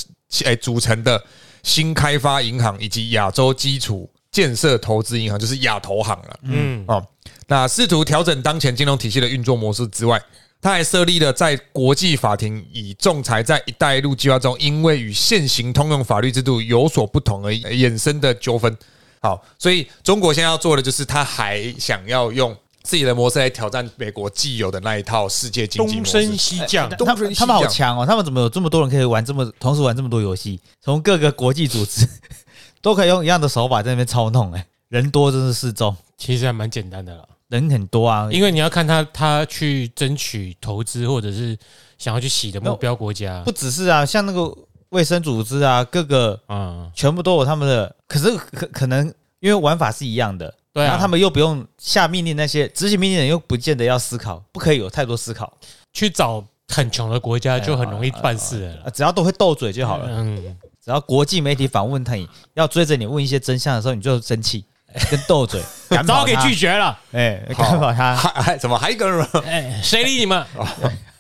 Speaker 3: 诶组成的新开发银行以及亚洲基础建设投资银行，就是亚投行了。
Speaker 2: 嗯，
Speaker 3: 哦，那试图调整当前金融体系的运作模式之外，他还设立了在国际法庭以仲裁在“一带一路”计划中，因为与现行通用法律制度有所不同而呃衍生的纠纷。好，所以中国现在要做的就是，他还想要用自己的模式来挑战美国既有的那一套世界经济
Speaker 2: 东
Speaker 3: 模
Speaker 2: 升
Speaker 3: 式。
Speaker 2: 西降，
Speaker 3: 东
Speaker 1: 他
Speaker 3: 升
Speaker 1: 们
Speaker 3: 西
Speaker 1: 他们好
Speaker 3: 降
Speaker 1: 强哦！他们怎么有这么多人可以玩这么同时玩这么多游戏？从各个国际组织 都可以用一样的手法在那边操弄、哎，人多真是适中，
Speaker 2: 其实还蛮简单的啦。
Speaker 1: 人很多啊。
Speaker 2: 因为你要看他他去争取投资或者是想要去洗的目标国家
Speaker 1: 不，只是啊，像那个卫生组织啊，各个
Speaker 2: 嗯，
Speaker 1: 全部都有他们的，可是可可能因为玩法是一样的，
Speaker 2: 对
Speaker 1: 然
Speaker 2: 啊，
Speaker 1: 后他们又不用下命令，那些执行命令的人又不见得要思考，不可以有太多思考，
Speaker 2: 去找很穷的国家就很容易办事了
Speaker 1: 啊
Speaker 2: 啦。
Speaker 1: 只要都会斗嘴就好了。
Speaker 2: 嗯，
Speaker 1: 只要国际媒体访问他，你要追着你问一些真相的时候，你就生 气跟斗嘴，赶
Speaker 2: 早
Speaker 1: 跑
Speaker 2: 给
Speaker 1: 他
Speaker 2: 拒，绝了，
Speaker 1: 哎，赶跑他，
Speaker 3: 还还 什么还跟人
Speaker 2: 哎，谁理你们？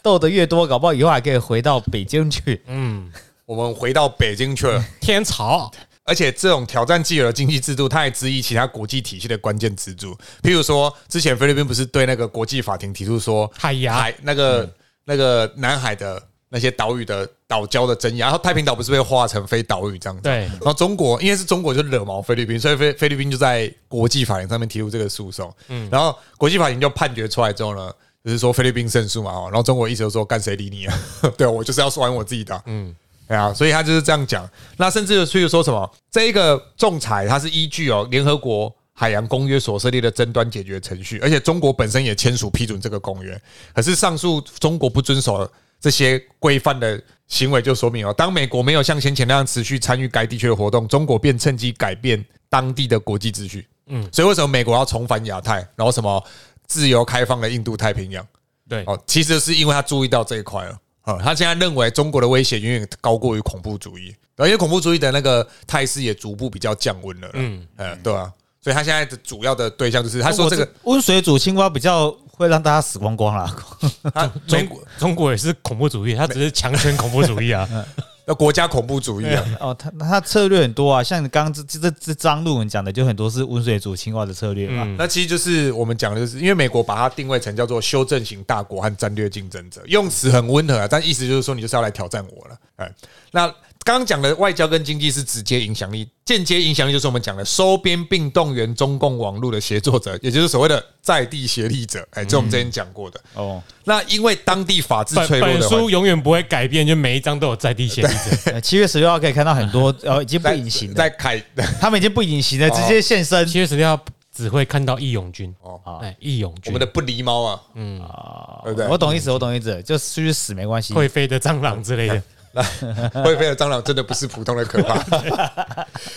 Speaker 1: 斗得越多，搞不好以后还可以回到北京去。
Speaker 2: 嗯，
Speaker 3: 我们回到北京去了。
Speaker 2: 天朝，
Speaker 3: 而且这种挑战既有的经济制度，它也质疑其他国际体系的关键支柱。譬如说，之前菲律宾不是对那个国际法庭提出说，
Speaker 2: 海牙
Speaker 3: 海那个那个南海的那些岛屿的岛礁的争议，然后太平岛不是被划成非岛屿这样子？
Speaker 2: 对
Speaker 3: 然后中国因为是中国就惹毛菲律宾，所以菲菲律宾就在国际法庭上面提出这个诉讼。嗯，然后国际法庭就判决出来之后呢，就是说菲律宾胜诉嘛，哦，然后中国一直就说干谁理你啊？ 对我就是要玩我自己的啊、嗯。对啊，所以他就是这样讲。那甚至去说什么，这一个仲裁，它是依据哦联合国海洋公约所设立的争端解决程序，而且中国本身也签署批准这个公约。可是上述中国不遵守这些规范的行为，就说明哦，当美国没有像先前那样持续参与该地区的活动，中国便趁机改变当地的国际秩序。嗯，所以为什么美国要重返亚太，然后什么自由开放的印度太平洋？
Speaker 2: 对，
Speaker 3: 哦，其实是因为他注意到这一块了。啊，他现在认为中国的威胁远远高过于恐怖主义，而且恐怖主义的那个态势也逐步比较降温了。嗯，呃，对啊，所以他现在的主要的对象就是他说这个，
Speaker 1: 温水煮青蛙比较会让大家死光光啦。
Speaker 3: 他
Speaker 2: 中
Speaker 3: 中
Speaker 2: 国中国也是恐怖主义，他只是强权恐怖主义啊。
Speaker 3: 呃国家恐怖主义啊，
Speaker 1: 哦，他他策略很多啊，像你刚刚这这这张论文讲的，就很多是温水煮青蛙的策略嘛。
Speaker 2: 嗯
Speaker 3: 那其实就是我们讲的，就是因为美国把它定位成叫做修正型大国和战略竞争者，用词很温和、啊，但意思就是说你就是要来挑战我了。哎，那刚刚讲的外交跟经济是直接影响力，间接影响力就是我们讲的收编并动员中共网络的协作者，也就是所谓的在地协力者。哎，这我们之
Speaker 2: 嗯
Speaker 3: 前讲过的。
Speaker 1: 哦，
Speaker 3: 那因为当地法治
Speaker 2: 本
Speaker 3: 脆弱
Speaker 2: 本
Speaker 3: 的环
Speaker 2: 书永远不会改变，就每一章都有在地协议者。
Speaker 1: 呃七月十六号可以看到很 多，呃，已经不隐形了，
Speaker 3: 在凯
Speaker 1: 他们已经不隐形了，
Speaker 3: 哦
Speaker 1: 直接现身。
Speaker 2: 七月十六号只会看到义勇军
Speaker 3: 哦
Speaker 1: 好
Speaker 2: 哦，哎，义勇
Speaker 3: 我
Speaker 2: 军
Speaker 3: 们的，不狸猫啊，
Speaker 2: 嗯，
Speaker 1: 啊
Speaker 3: 对不对
Speaker 1: 我懂意思，我懂意思，就去死没
Speaker 3: 嗯
Speaker 1: 关系。
Speaker 2: 会飞的蟑螂之类
Speaker 3: 哎
Speaker 2: 的，
Speaker 3: 会飞的蟑螂真的不是普通的可怕。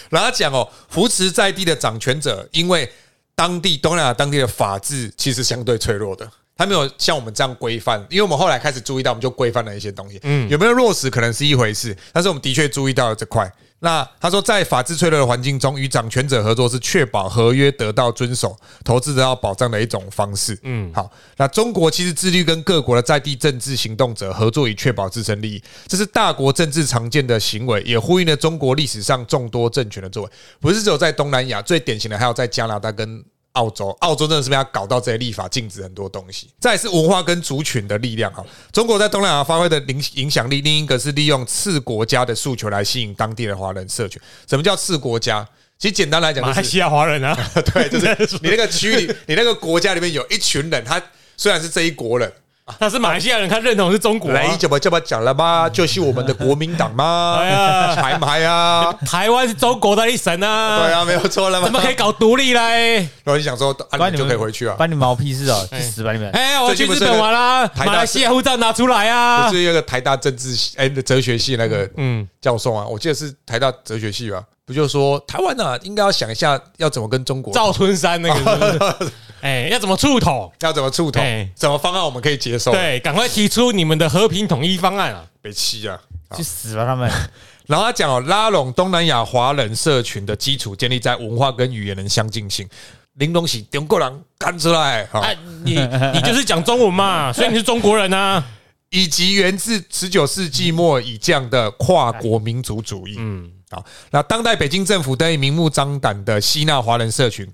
Speaker 3: 然后他讲哦，扶持在地的掌权者，因为当地东南亚当地的法治其实相对脆弱的，他没有像我们这样规范。因为我们后来开始注意到，我们就规范了一些东西。嗯，有没有落实可能是一回事，但是我们的确注意到了这块。那他说，在法治脆弱的环境中，与掌权者合作是确保合约得到遵守、投资得到保障的一种方式。嗯，好，那中国其实致力跟各国的在地政治行动者合作，以确保自身利益，这是大国政治常见的行为，也呼应了中国历史上众多政权的作为。不是只有在东南亚，最典型的还有在加拿大跟澳洲，澳洲真的是被他搞到这些立法禁止很多东西。再来是文化跟族群的力量哈，中国在东南亚发挥的影影响力，另一个是利用次国家的诉求来吸引当地的华人社群。什么叫次国家？其实简单来讲、就是，
Speaker 2: 马来西亚华人 啊，
Speaker 3: 对，就是你那个区里，你那个国家里面有一群人，他虽然是这一国人，
Speaker 2: 他是马来西亚人，他认同是中国啊。
Speaker 3: 来怎么这么讲了吗？就是我们的国民党吗？
Speaker 2: 嗯 哎呀
Speaker 3: 还不 还啊？
Speaker 2: 台湾是中国的一省 啊，
Speaker 3: 对，啊，没有错了嘛。
Speaker 2: 怎么可以？搞独立嘞？
Speaker 3: 然后就想说，啊，
Speaker 1: 关
Speaker 3: 你
Speaker 1: 你
Speaker 3: 就
Speaker 1: 们
Speaker 3: 可以回去啊。
Speaker 1: 关你毛屁事 哦，去死吧你们！
Speaker 2: 哎，我要去
Speaker 3: 最近不
Speaker 2: 日
Speaker 3: 是
Speaker 2: 本玩啦，
Speaker 3: 台大
Speaker 2: 马来西亚护照拿出来啊
Speaker 3: 就！是那个台大政治系哎哲学系那个
Speaker 2: 嗯，
Speaker 3: 教授啊，我记得是台大哲学系吧，不就说台湾啊，应该要想一下要怎么跟中国
Speaker 2: 赵春山那个是不 是，哎，要怎么触统？
Speaker 3: 要怎么触通
Speaker 2: 哎，
Speaker 3: 什么方案我们可以接受？
Speaker 2: 对，赶快提出你们的和平统一方案啊！
Speaker 3: 北七啊。好
Speaker 1: 去死吧他们！
Speaker 3: 然后他讲哦，拉拢东南亚华人社群的基础建立在文化跟语言的相近性。林东喜中国人干出来哈，
Speaker 2: 哎，你你就是讲中文 嘛，所以你是中国人啊。
Speaker 3: 以及源自十九世纪末以降的跨国民族主义。
Speaker 2: 嗯，
Speaker 3: 好，那当代北京政府得以明目张胆的吸纳华人社群，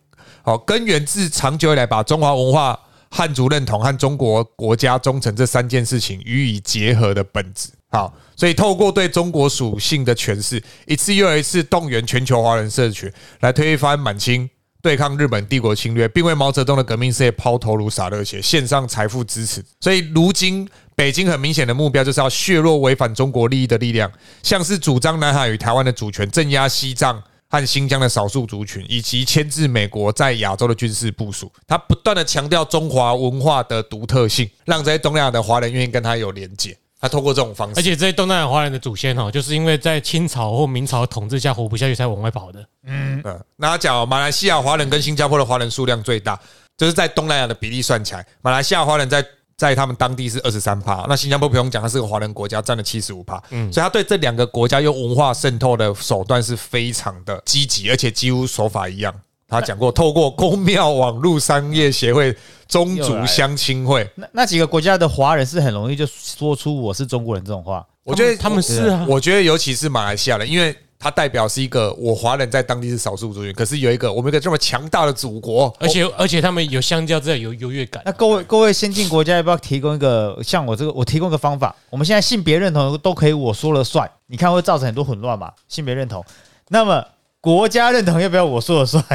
Speaker 3: 好，根源自长久以来把中华文化、汉族认同和中国国家忠诚这三件事情予以结合的本质。好，所以透过对中国属性的诠释，一次又一次动员全球华人社群来推翻满清。对抗日本帝国侵略，并为毛泽东的革命事业抛头颅、洒热血，献上财富支持。所以，如今北京很明显的目标就是要削弱违反中国利益的力量，像是主张南海与台湾的主权，镇压西藏和新疆的少数族群，以及牵制美国在亚洲的军事部署。他不断的强调中华文化的独特性，让这些东南亚的华人愿意跟他有连结。他透过这种方式，
Speaker 2: 而且这些东南亚华人的祖先哦，就是因为在清朝或明朝统治下活不下去，才往外跑的。
Speaker 3: 嗯，那他讲、哦、马来西亚华人跟新加坡的华人数量最大，就是在东南亚的比例算起来，马来西亚华人在在他们当地是二十三趴，那新加坡不用讲，它是个华人国家，占了七十五趴，嗯，所以他对这两个国家用文化渗透的手段是非常的积极，而且几乎手法一样。他讲过，透过公庙网络商业协会、宗
Speaker 1: 又来
Speaker 3: 族
Speaker 1: 了
Speaker 3: 相亲会，
Speaker 1: 那那几个国家的华人是很容易就说出我是中国人这种话，
Speaker 3: 我觉得
Speaker 2: 他们是啊，
Speaker 3: 我觉得尤其是马来西亚人，因为他代表是一个我华人在当地是少数族群，可是有一个我们有一个这么强大的祖国，
Speaker 2: 而且而且他们有相较之下有优越感
Speaker 1: 那。各位各位先进国家要不要提供一个像我这个，我提供一个方法，我们现在性别认同都可以我说了算，你看会造成很多混乱嘛？性别认同，那么国家认同要不要我说了算？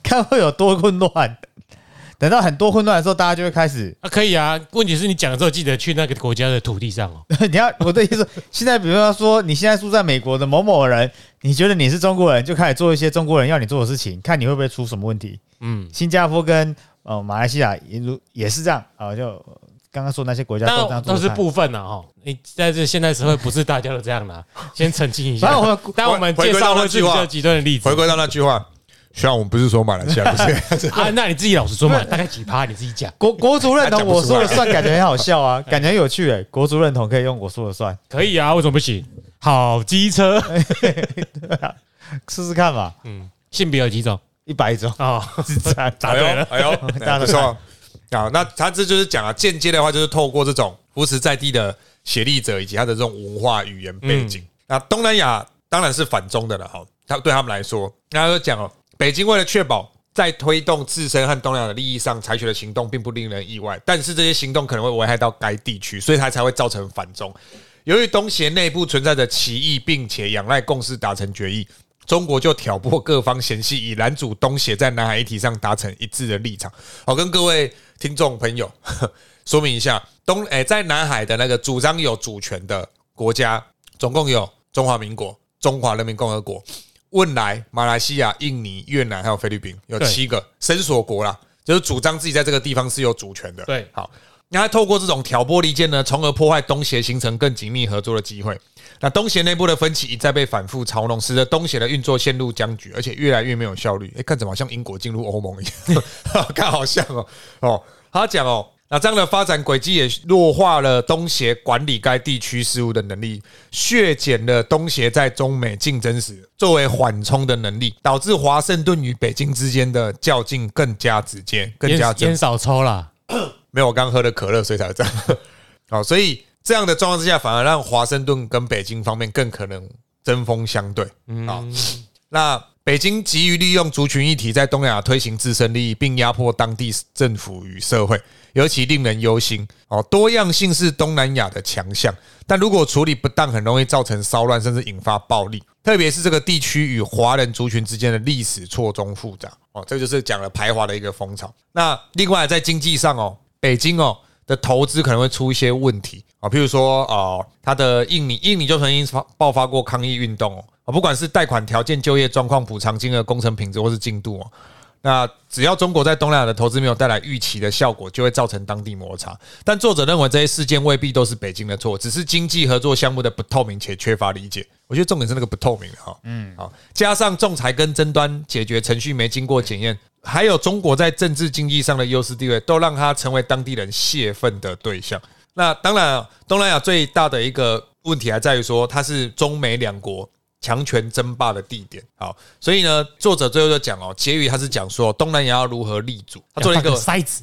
Speaker 1: 看会有多混乱。等到很多混乱的时候，大家就会开始。
Speaker 2: 啊，可以啊。问题是你讲的时候记得去那个国家的土地 上哦。
Speaker 1: 你要我的意思是，现在比如说你现在住在美国的某某人，你觉得你是中国人，就开始做一些中国人要你做的事情，看你会不会出什么问题。
Speaker 2: 嗯，
Speaker 1: 新加坡跟呃马来西亚也如也是这样啊、就呃刚刚说那些国家都这
Speaker 2: 但
Speaker 1: 样做
Speaker 2: 都
Speaker 1: 得
Speaker 2: 是
Speaker 1: 看
Speaker 2: 部分啊哈。你在这现代社会不是大家都这样 啦，先澄清一
Speaker 1: 反
Speaker 2: 下
Speaker 1: 正。我们
Speaker 2: 但我们介绍会是比较极端的例子
Speaker 3: 回归到那句话，虽然我们不是说马来西亚，不是
Speaker 2: 啊。那你自己老实 说嘛，大概几趴你自己讲。
Speaker 1: 国国族认同我说了算，感觉很好笑啊， 感觉很有趣哎、国族认同可以用我说了算，
Speaker 2: 可以啊，为什么不行？好机车，
Speaker 1: 试试看嘛，
Speaker 2: 嗯，性别有几种
Speaker 1: 一百种
Speaker 2: 哦，
Speaker 1: 是这样。
Speaker 2: 答对了。
Speaker 3: 哎呦，
Speaker 1: 答
Speaker 3: 哎呦
Speaker 1: 对
Speaker 3: 不错啊。那他这就是讲啊，间接的话就是透过这种扶持在地的协力者以及他的这种文化语言背景。那东南亚当然是反中的了哈，他对他们来说，那他就讲哦，北京为了确保。在推动自身和东南亚的利益上采取的行动并不令人意外，但是这些行动可能会危害到该地区，所以它才会造成反中。由于东协内部存在着歧义，并且仰赖共识达成决议，中国就挑拨各方嫌隙，以拦阻东协在南海议题上达成一致的立场。好，跟各位听众朋友呵呵说明一下，东诶、在南海的那个主张有主权的国家，总共有中华民国、中华人民共和国、汶莱、马来西亚、印尼、越南还有菲律宾，有
Speaker 2: 对
Speaker 3: 七个伸索国啦，就是主张自己在这个地方是有主权的。
Speaker 2: 对
Speaker 3: 好，那他透过这种挑拨离间呢，从而破坏东协形成更紧密合作的机会。那东协内部的分歧一再被反复操弄，使得东协的运作陷入僵局，而且越来越没有效率。哎、看怎么好像英国进入欧盟一样， 看好像哦哦。他讲哦，那这样的发展轨迹也弱化了东协管理该地区事务的能力，削减了东协在中美竞争时作为缓冲的能力，导致华盛顿与北京之间的较劲更加直接，更
Speaker 2: 烟
Speaker 3: 加针
Speaker 2: 烟少抽啦，
Speaker 3: 没有，我刚喝了可乐，所以才会这样。 好，所以这样的状况之下，反
Speaker 2: 嗯
Speaker 3: 而让华盛顿跟北京方面更可能针锋相对。好，那北京急于利用族群议题在东亚推行自身利益，并压迫当地政府与社会，尤其令人忧心。哦，多样性是东南亚的强项，但如果处理不当，很容易造成骚乱，甚至引发暴力。特别是这个地区与华人族群之间的历史错综复杂。哦，这就是讲了排华的一个风潮。那另外在经济上哦，北京哦的投资可能会出一些问题啊，譬如说哦，它的印尼印尼就曾经发爆发过抗议运动哦，啊不管是贷款条件、就业状况、补偿金额、工程品质或是进度哦。那只要中国在东南亚的投资没有带来预期的效果，就会造成当地摩擦。但作者认为这些事件未必都是北京的错，只是经济合作项目的不透明且缺乏理解。我觉得重点是那个不透明哈，嗯，好，加上仲裁跟争端解决程序没经过检验，还有中国在政治经济上的优势地位，都让他成为当地人泄愤的对象。那当然啊，东南亚最大的一个问题还在于说，它是中美两国强权争霸的地点。好，所以呢，作者最后就讲哦，结语他是讲说东南亚要如何立足，他做了一个
Speaker 2: 要放筛子，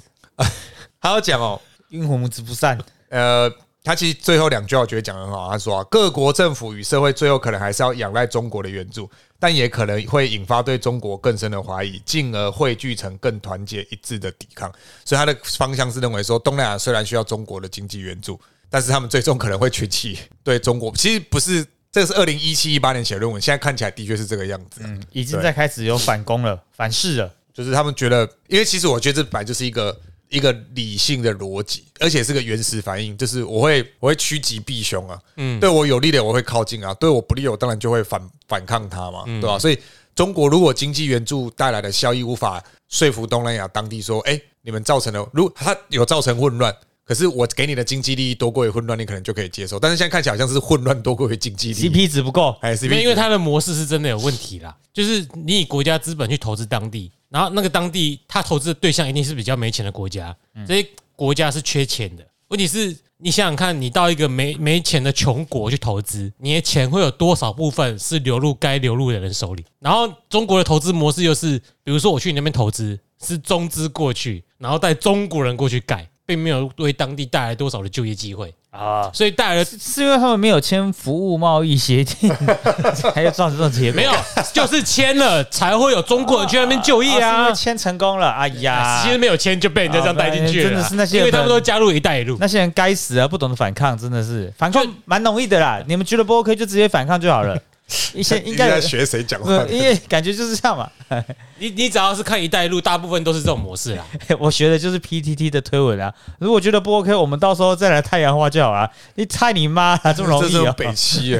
Speaker 3: 他要讲哦，
Speaker 1: 英雄之不散，
Speaker 3: 呃，他其实最后两句我觉得讲得很好，他说、啊、各国政府与社会最后可能还是要仰赖中国的援助，但也可能会引发对中国更深的怀疑，进而汇聚成更团结一致的抵抗。所以他的方向是认为说，东南亚虽然需要中国的经济援助，但是他们最终可能会群起对中国。其实不是，这是二零一七一八年写的论文，现在看起来的确是这个样子啊。
Speaker 1: 嗯，已经在开始有反攻了，反噬了。
Speaker 3: 就是他们觉得，因为其实我觉得这本来就是一个一个理性的逻辑，而且是个原始反应，就是我会我会趋吉避凶啊，嗯，对我有利的我会靠近啊，对我不利的我当然就会反反抗他嘛，对吧、所以中国如果经济援助带来的效益无法说服东南亚当地说，哎、你们造成了，如他有造成混乱。可是我给你的经济利益多过于混乱，你可能就可以接受。但是现在看起来好像是混乱多过于经济利益，哎
Speaker 1: CP 值不够，
Speaker 3: 还是
Speaker 2: 因为因 为它的模式是真的有问题啦。就是你以国家资本去投资当地，然后那个当地他投资的对象一定是比较没钱的国家，这些国家是缺钱的。问题是，你想想看，你到一个没没钱的穷国去投资，你的钱会有多少部分是流入该流入的人手里？然后中国的投资模式又是，比如说我去你那边投资，是中资过去，然后带中国人过去盖，并没有为当地带来多少的就业机会啊，所以带来的
Speaker 1: 是因为他们没有签服务贸易协定， 才有造成这种结果。
Speaker 2: 没有，就是签了才会有中国人去那边就业
Speaker 1: 哦是因
Speaker 2: 啊
Speaker 1: 为。签成功了，哎呀
Speaker 2: 其，实没有签就被人家这样带进去了
Speaker 1: 啊
Speaker 2: 啦，
Speaker 1: 真的是那些人
Speaker 2: 因为他们都加入“一带一路
Speaker 1: 那些人该死啊，不懂得反抗，真的是反抗蛮容易的啦。你们觉得不 OK 就直接反抗就好 了。一些应
Speaker 3: 应
Speaker 1: 该
Speaker 3: 该
Speaker 1: 有
Speaker 3: 在学谁 讲
Speaker 1: 不
Speaker 3: 话？
Speaker 1: 因为感觉就是这样嘛。
Speaker 2: 你你只要是看“一带一路”，大部分都是这种模式啦。
Speaker 1: 我学的就是 PTT 的推文啊。如果觉得不 OK，我们到时候再来太阳花就好了。啊你太你妈了，这么容
Speaker 3: 这
Speaker 1: 易
Speaker 3: 是
Speaker 1: 啊、
Speaker 3: 北七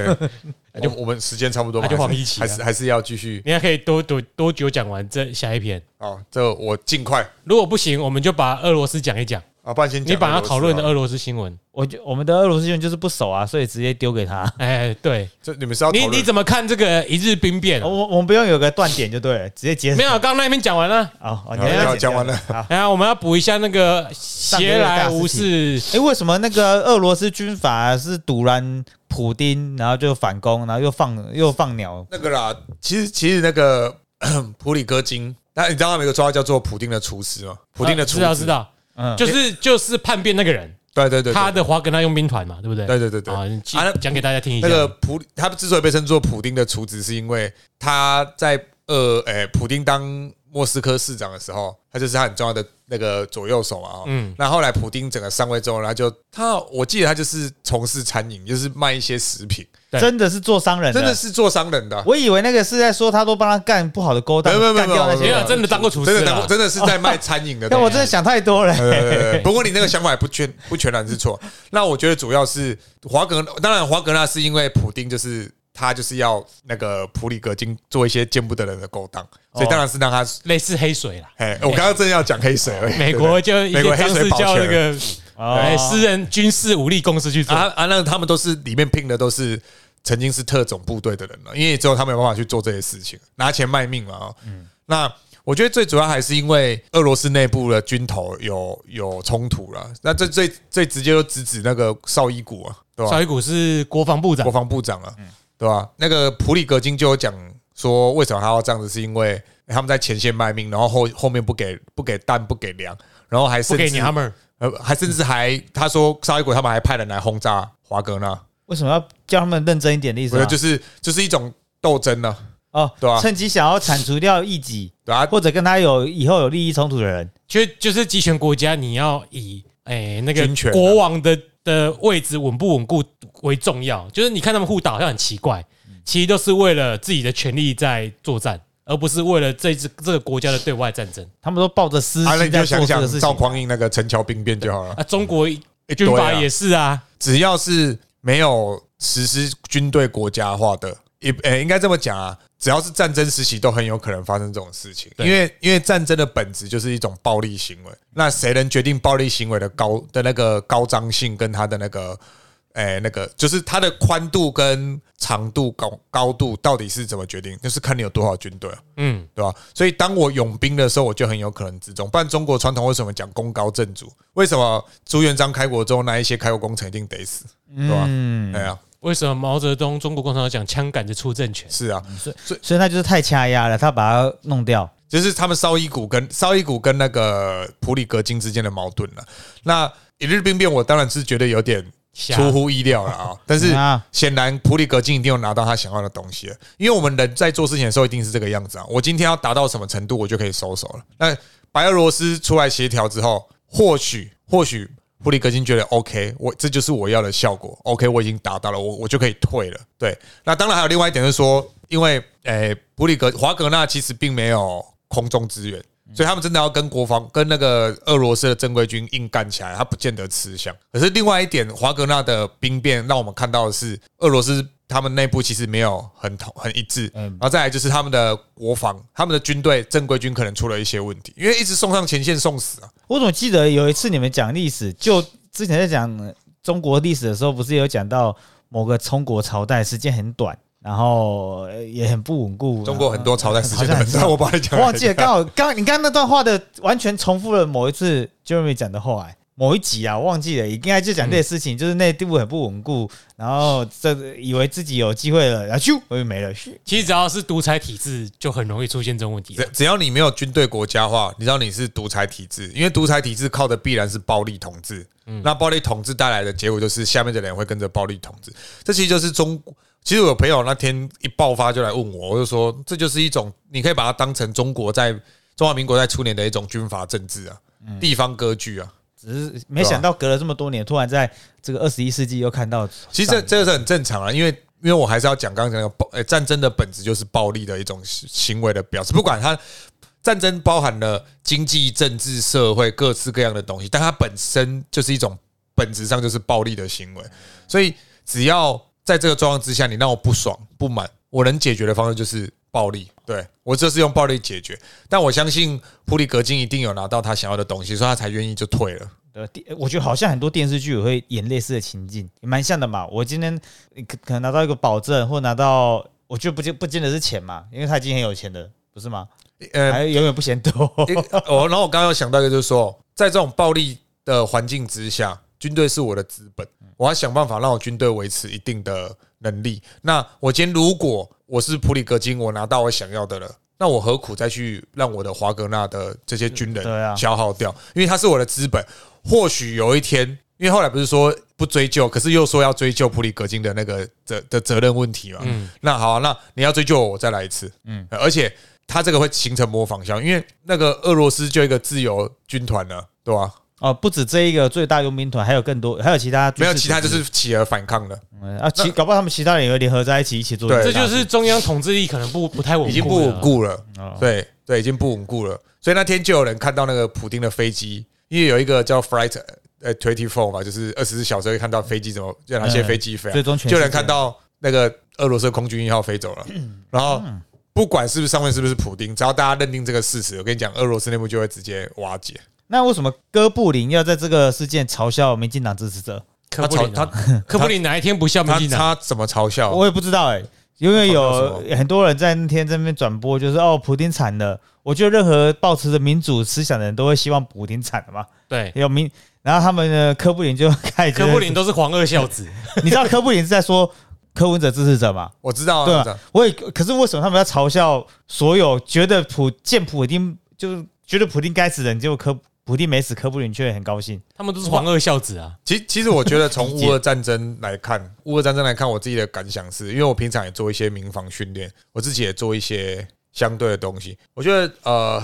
Speaker 3: 哎、 就我们时间差不多嘛，
Speaker 2: 那就
Speaker 3: 还是
Speaker 2: 黄一起啊
Speaker 3: 还是还是要继续
Speaker 2: 你还可以多多多久讲完这下一篇？
Speaker 3: 哦。这我尽快
Speaker 2: 如果不行，我们就把俄罗斯讲一讲。
Speaker 3: 啊，不然先讲
Speaker 2: 你把
Speaker 3: 俄
Speaker 2: 他
Speaker 3: 罗斯
Speaker 2: 讨论的
Speaker 3: 好了
Speaker 2: 俄罗斯新闻，
Speaker 1: 我就我们的俄罗斯人就是不熟啊，所以直接丢给他。
Speaker 2: 哎，对
Speaker 3: 这你们是要
Speaker 2: 你
Speaker 3: 讨
Speaker 2: 你
Speaker 3: 论
Speaker 2: 怎么看这个一日兵变啊
Speaker 1: 哦？我我们不用有个断点就对了，直接结
Speaker 2: 没有，刚刚那边讲完了。
Speaker 1: 哦哦，你
Speaker 3: 好
Speaker 1: 要
Speaker 3: 好讲完了
Speaker 1: 好，
Speaker 2: 哎呀，我们要补一下那个斜来无事，啊
Speaker 1: 哎，为什么那个俄罗斯军阀是堵拦普丁，然后就反攻，然后又放又放鸟？
Speaker 3: 那个啦？其实其实那个 普里戈金，那你知道他们有个绰号叫做普丁的厨师吗？普丁的
Speaker 2: 啊
Speaker 3: 厨
Speaker 2: 知
Speaker 3: 师，
Speaker 2: 道知道，
Speaker 1: 嗯，
Speaker 2: 就是就是叛变那个人，
Speaker 3: 对对对，对
Speaker 2: 他的华格纳佣兵团嘛，对不对？
Speaker 3: 对对对对
Speaker 2: 啊，你
Speaker 3: 啊那
Speaker 2: 讲给大家听一下
Speaker 3: 那。个普里，他之所以被称作普丁的厨子，是因为他在呃，诶、普丁当莫斯科市长的时候，他就是他很重要的那个左右手嘛、哦。嗯
Speaker 2: 嗯，
Speaker 3: 那后来普丁整个上位之后，然后就他，我记得他就是从事餐饮，就是卖一些食品，
Speaker 2: 对
Speaker 1: 真的是做商人，
Speaker 3: 真的。是做商人的啊。
Speaker 1: 我以为那个是在说他都帮他干不好的勾当，
Speaker 3: 没有没有
Speaker 1: 干掉那
Speaker 3: 没
Speaker 1: 些
Speaker 2: 没
Speaker 1: 人
Speaker 2: 有。真的当过厨师啊
Speaker 3: 呃真的
Speaker 2: 啦
Speaker 3: 当，真的是在卖餐饮的
Speaker 1: 但
Speaker 3: 东西。
Speaker 1: 我真的想太多了。
Speaker 3: 对对对对 不过你那个想法也不全不全然是错。那我觉得主要是华格，当然华格纳是因为普丁就是他就是要那个普里格金做一些见不得人的勾当，
Speaker 2: 哦
Speaker 3: 所以当然是让他
Speaker 2: 类似黑水啦。
Speaker 3: 哎，我刚刚真的要讲黑水而已。
Speaker 2: 美国就一
Speaker 3: 美国
Speaker 2: 些
Speaker 3: 黑
Speaker 2: 方
Speaker 3: 水
Speaker 2: 式
Speaker 3: 保
Speaker 2: 叫那
Speaker 3: 全嗯
Speaker 2: 个
Speaker 1: 哦
Speaker 2: 哎私人军事武力公司去做，
Speaker 3: 啊啊，那他们都是里面聘的都是曾经是特种部队的人了，因为只有他们有办法去做这些事情，拿钱卖命嘛、哦。嗯，那我觉得最主要还是因为俄罗斯内部的军头有有冲突了，那最最最直接就直指那个绍伊古啊，对吧？
Speaker 2: 绍伊古是国防部长
Speaker 3: 国，防部长
Speaker 1: 嗯
Speaker 3: 啊，对吧、那个普里格金就有讲说，为什么他要这样子，是因为他们在前线卖命，然后后后面不给不给弹不给粮，然后还
Speaker 2: 不
Speaker 3: 甚
Speaker 2: 给
Speaker 3: 至
Speaker 2: 娘们儿，
Speaker 3: 呃还甚至还他说沙伊国他们还派人来轰炸华格纳，
Speaker 1: 啊为什么要叫他们认真一点的意思
Speaker 3: 我觉
Speaker 1: 吗？
Speaker 3: 得就是就是一种斗争呢、
Speaker 1: 哦，
Speaker 3: 对啊
Speaker 1: 趁机想要铲除掉异己，
Speaker 3: 对啊，
Speaker 1: 或者跟他有以后有利益冲突的人，
Speaker 2: 就就是集权国家，你要以诶、那个
Speaker 3: 军权啊
Speaker 2: 国王的的位置稳不稳固为重要。就是你看他们互打，好像很奇怪，
Speaker 3: 嗯
Speaker 2: 其实都是为了自己的权利在作战，而不是为了这支这个国家的对外战争
Speaker 1: 他们都抱着私
Speaker 3: 啊，那
Speaker 1: 心
Speaker 3: 你
Speaker 1: 在
Speaker 3: 就
Speaker 1: 做
Speaker 3: 想
Speaker 1: 这个事
Speaker 3: 想赵
Speaker 1: 情。
Speaker 3: 匡胤那个陈桥兵变就好了。
Speaker 2: 啊。中国
Speaker 3: 一堆
Speaker 2: 军
Speaker 3: 啊
Speaker 2: 阀也是啊，
Speaker 3: 只要是没有实施军队国家化的，也呃、应该这么讲啊，只要是战争时期，都很有可能发生这种事情。
Speaker 2: 对
Speaker 3: 因为因为战争的本质就是一种暴力行为，那谁能决定暴力行为的高的那个高张性跟它的那个？哎、那个就是它的宽度跟长度高高度到底是怎么决定？就是看你有多少军队啊。
Speaker 2: 嗯，
Speaker 3: 对吧、所以当我拥兵的时候，我就很有可能自重。不然中国传统为什么讲功高震主？为什么朱元璋开国之后，那一些开国功臣一定得死，对吧、
Speaker 1: 嗯，
Speaker 3: 哎呀，
Speaker 2: 为什么毛泽东中国共产党讲枪杆子出政权？
Speaker 3: 是啊，
Speaker 1: 所以他就是太掐压了，他把它弄掉。
Speaker 3: 就是他们绍伊古跟绍伊古跟那个普里格金之间的矛盾了。那一日兵变，我当然是觉得有点
Speaker 2: 瞎
Speaker 3: 出乎意料了啊、但是
Speaker 1: 啊
Speaker 3: 显然普里格金一定有拿到他想要的东西了，因为我们人在做事情的时候一定是这个样子啊。我今天要达到什么程度，我就可以收手了。那白俄罗斯出来协调之后，或许或许普里格金觉得 OK，我这就是我要的效果，OK，我已经达到了，我我就可以退了。对，那当然还有另外一点是说，因为诶、普里格华格纳其实并没有空中支援。嗯所以他们真的要跟国防、跟那个俄罗斯的正规军硬干起来，他不见得吃香。可是另外一点，华格纳的兵变让我们看到的是，俄罗斯他们内部其实没有很统很一致。
Speaker 1: 嗯
Speaker 3: 然后再来就是他们的国防、他们的军队正规军可能出了一些问题，因为一直送上前线送死啊。
Speaker 1: 我怎么记得有一次你们讲历史，就之前在讲中国历史的时候，不是有讲到某个中国朝代时间很短，然后呃也很不稳固。
Speaker 3: 中国很多朝代时间
Speaker 1: 好像
Speaker 3: 很
Speaker 1: 很
Speaker 3: 短，我帮你讲
Speaker 1: 我
Speaker 3: 了一个，
Speaker 1: 忘记了，刚好刚你刚刚那段话的完全重复了某一次 Jeremy 讲的话、哎某一集啊，我忘记了，应该就讲这些事情，就是内部很不稳固，然后这以为自己有机会了，然后啊咻，我就没了，咻，
Speaker 2: 其实只要是独裁体制，就很容易出现这种问题啊、
Speaker 3: 只只要你没有军队国家化，你知道你是独裁体制，因为独裁体制靠的必然是暴力统治。
Speaker 2: 嗯
Speaker 3: 那暴力统治带来的结果就是下面的人会跟着暴力统治。这其实就是中国。其实我有朋友那天一爆发就来问我，我就说这就是一种，你可以把它当成中国在中华民国在初年的一种军阀政治啊，
Speaker 2: 嗯
Speaker 3: 地方割据啊。
Speaker 1: 只是没想到隔了这么多年，突然在这个二十一世纪又看到，
Speaker 3: 其实这这个是很正常啊，因为因为我还是要讲刚刚讲的暴、诶战争的本质就是暴力的一种行行为的表示，不管它战争包含了经济、政治、社会各式各样的东西，但它本身就是一种本质上就是暴力的行为，所以只要在这个状况之下，你让我不爽不满，我能解决的方式就是暴力，对我这是用暴力解决，但我相信普里格金一定有拿到他想要的东西，所以他才愿意就退了。
Speaker 1: 呃，电我觉得好像很多电视剧也会演类似的情境，也蛮像的嘛。我今天可可能拿到一个保证，或拿到，我觉得不见不见得是钱嘛，因为他已经很有钱了，不是吗？
Speaker 3: 呃，
Speaker 1: 还永远不嫌多。
Speaker 3: 因为哦，然后我刚刚有想到一个，就是说，在这种暴力的环境之下，军队是我的资本，我要想办法让我军队维持一定的能力。那我今天如果我是普里格金，我拿到我想要的了。那我何苦再去让我的华格纳的这些军
Speaker 1: 嗯对啊
Speaker 3: 人消耗掉？因为他是我的资本。或许有一天，因为后来不是说不追究，可是又说要追究普里格金的那个责的责任问题嘛。
Speaker 2: 嗯
Speaker 3: 那好啊、那你要追究我，我再来一次。嗯，而且他这个会形成模仿效应，因为那个俄罗斯就一个自由军团了，对吧、
Speaker 1: 哦，不止这一个最大佣兵团，还有更多，还有其他军
Speaker 3: 没
Speaker 1: 事
Speaker 3: 有
Speaker 1: 组织
Speaker 3: 其他就是起而反抗了，
Speaker 1: 嗯啊，其搞不好他们其他人也会联合在一起一起做
Speaker 3: 对
Speaker 1: 大
Speaker 2: 这
Speaker 1: 事。
Speaker 2: 就是中央统治力可能不不太稳固了，
Speaker 3: 已经不稳固了。
Speaker 1: 哦
Speaker 3: 对对，已经不稳固了。所以那天就有人看到那个普丁的飞机，因为有一个叫 Flight 呃 Twenty Four 嘛，就是二十四小时会看到飞机怎么有哪些飞机飞啊、
Speaker 1: 最终全世界
Speaker 3: 就有人看到那个俄罗斯空军一号飞走了，然后。不管是不是上面是不是普丁，只要大家认定这个事实，我跟你讲，俄罗斯内部就会直接瓦解。
Speaker 1: 那为什么哥布林要在这个事件嘲笑民进党支持者？
Speaker 2: 科布林啊，科布林哪一天不笑民啊
Speaker 3: 他
Speaker 2: 进党？
Speaker 3: 他怎么嘲笑？
Speaker 1: 我也不知道哎、因为有
Speaker 3: 嘲笑
Speaker 1: 很多人在那天这边转播，就是哦，普丁惨了。我觉得任何抱持着民主思想的人都会希望普丁惨了嘛。
Speaker 2: 对，
Speaker 1: 有民，然后他们呢，科布林就开始觉
Speaker 2: 科
Speaker 1: 得，
Speaker 2: 布林都是黄二孝子，
Speaker 1: 你知道科布林是在说柯文哲支持者嘛？
Speaker 3: 我知道啊，
Speaker 1: 对
Speaker 3: 我知道
Speaker 1: 啊，我也可是为什么他们要嘲笑所有觉得普见普丁就是觉得普丁该死的人，结果柯普利梅死，科布林却很高兴。
Speaker 2: 他们都是黄二孝子啊，
Speaker 3: 其其实我觉得从乌俄战争 来看，乌俄战争来看，我自己的感想是，因为我平常也做一些民防训练，我自己也做一些相对的东西。我觉得呃，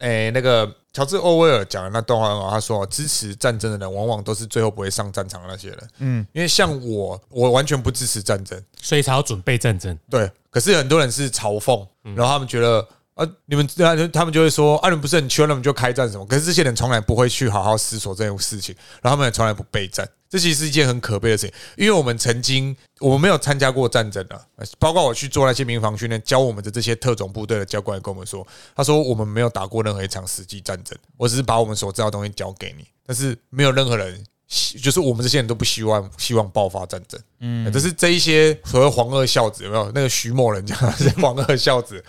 Speaker 3: 哎、那个乔治·欧威尔讲的那段话很好，他说支持战争的人往往都是最后不会上战场的那些人。
Speaker 1: 嗯，
Speaker 3: 因为像我，我完全不支持战争，
Speaker 2: 所以才要准备战争。
Speaker 3: 对。可是很多人是嘲讽，
Speaker 1: 嗯
Speaker 3: 然后他们觉得。啊！你们他们就会说，啊，你们不是很缺，那我们就开战什么？可是这些人从来不会去好好思索这件事情，然后他们也从来不备战，这其实是一件很可悲的事情。因为我们曾经，我们没有参加过战争啊，包括我去做那些民防训练，教我们的这些特种部队的教官也跟我们说，他说我们没有打过任何一场实际战争，我只是把我们所知道的东西教给你，但是没有任何人希，就是我们这些人都不希望希望爆发战争。嗯，就是这一些所谓黄二孝子有没有？那个徐某人讲的是黄二孝子，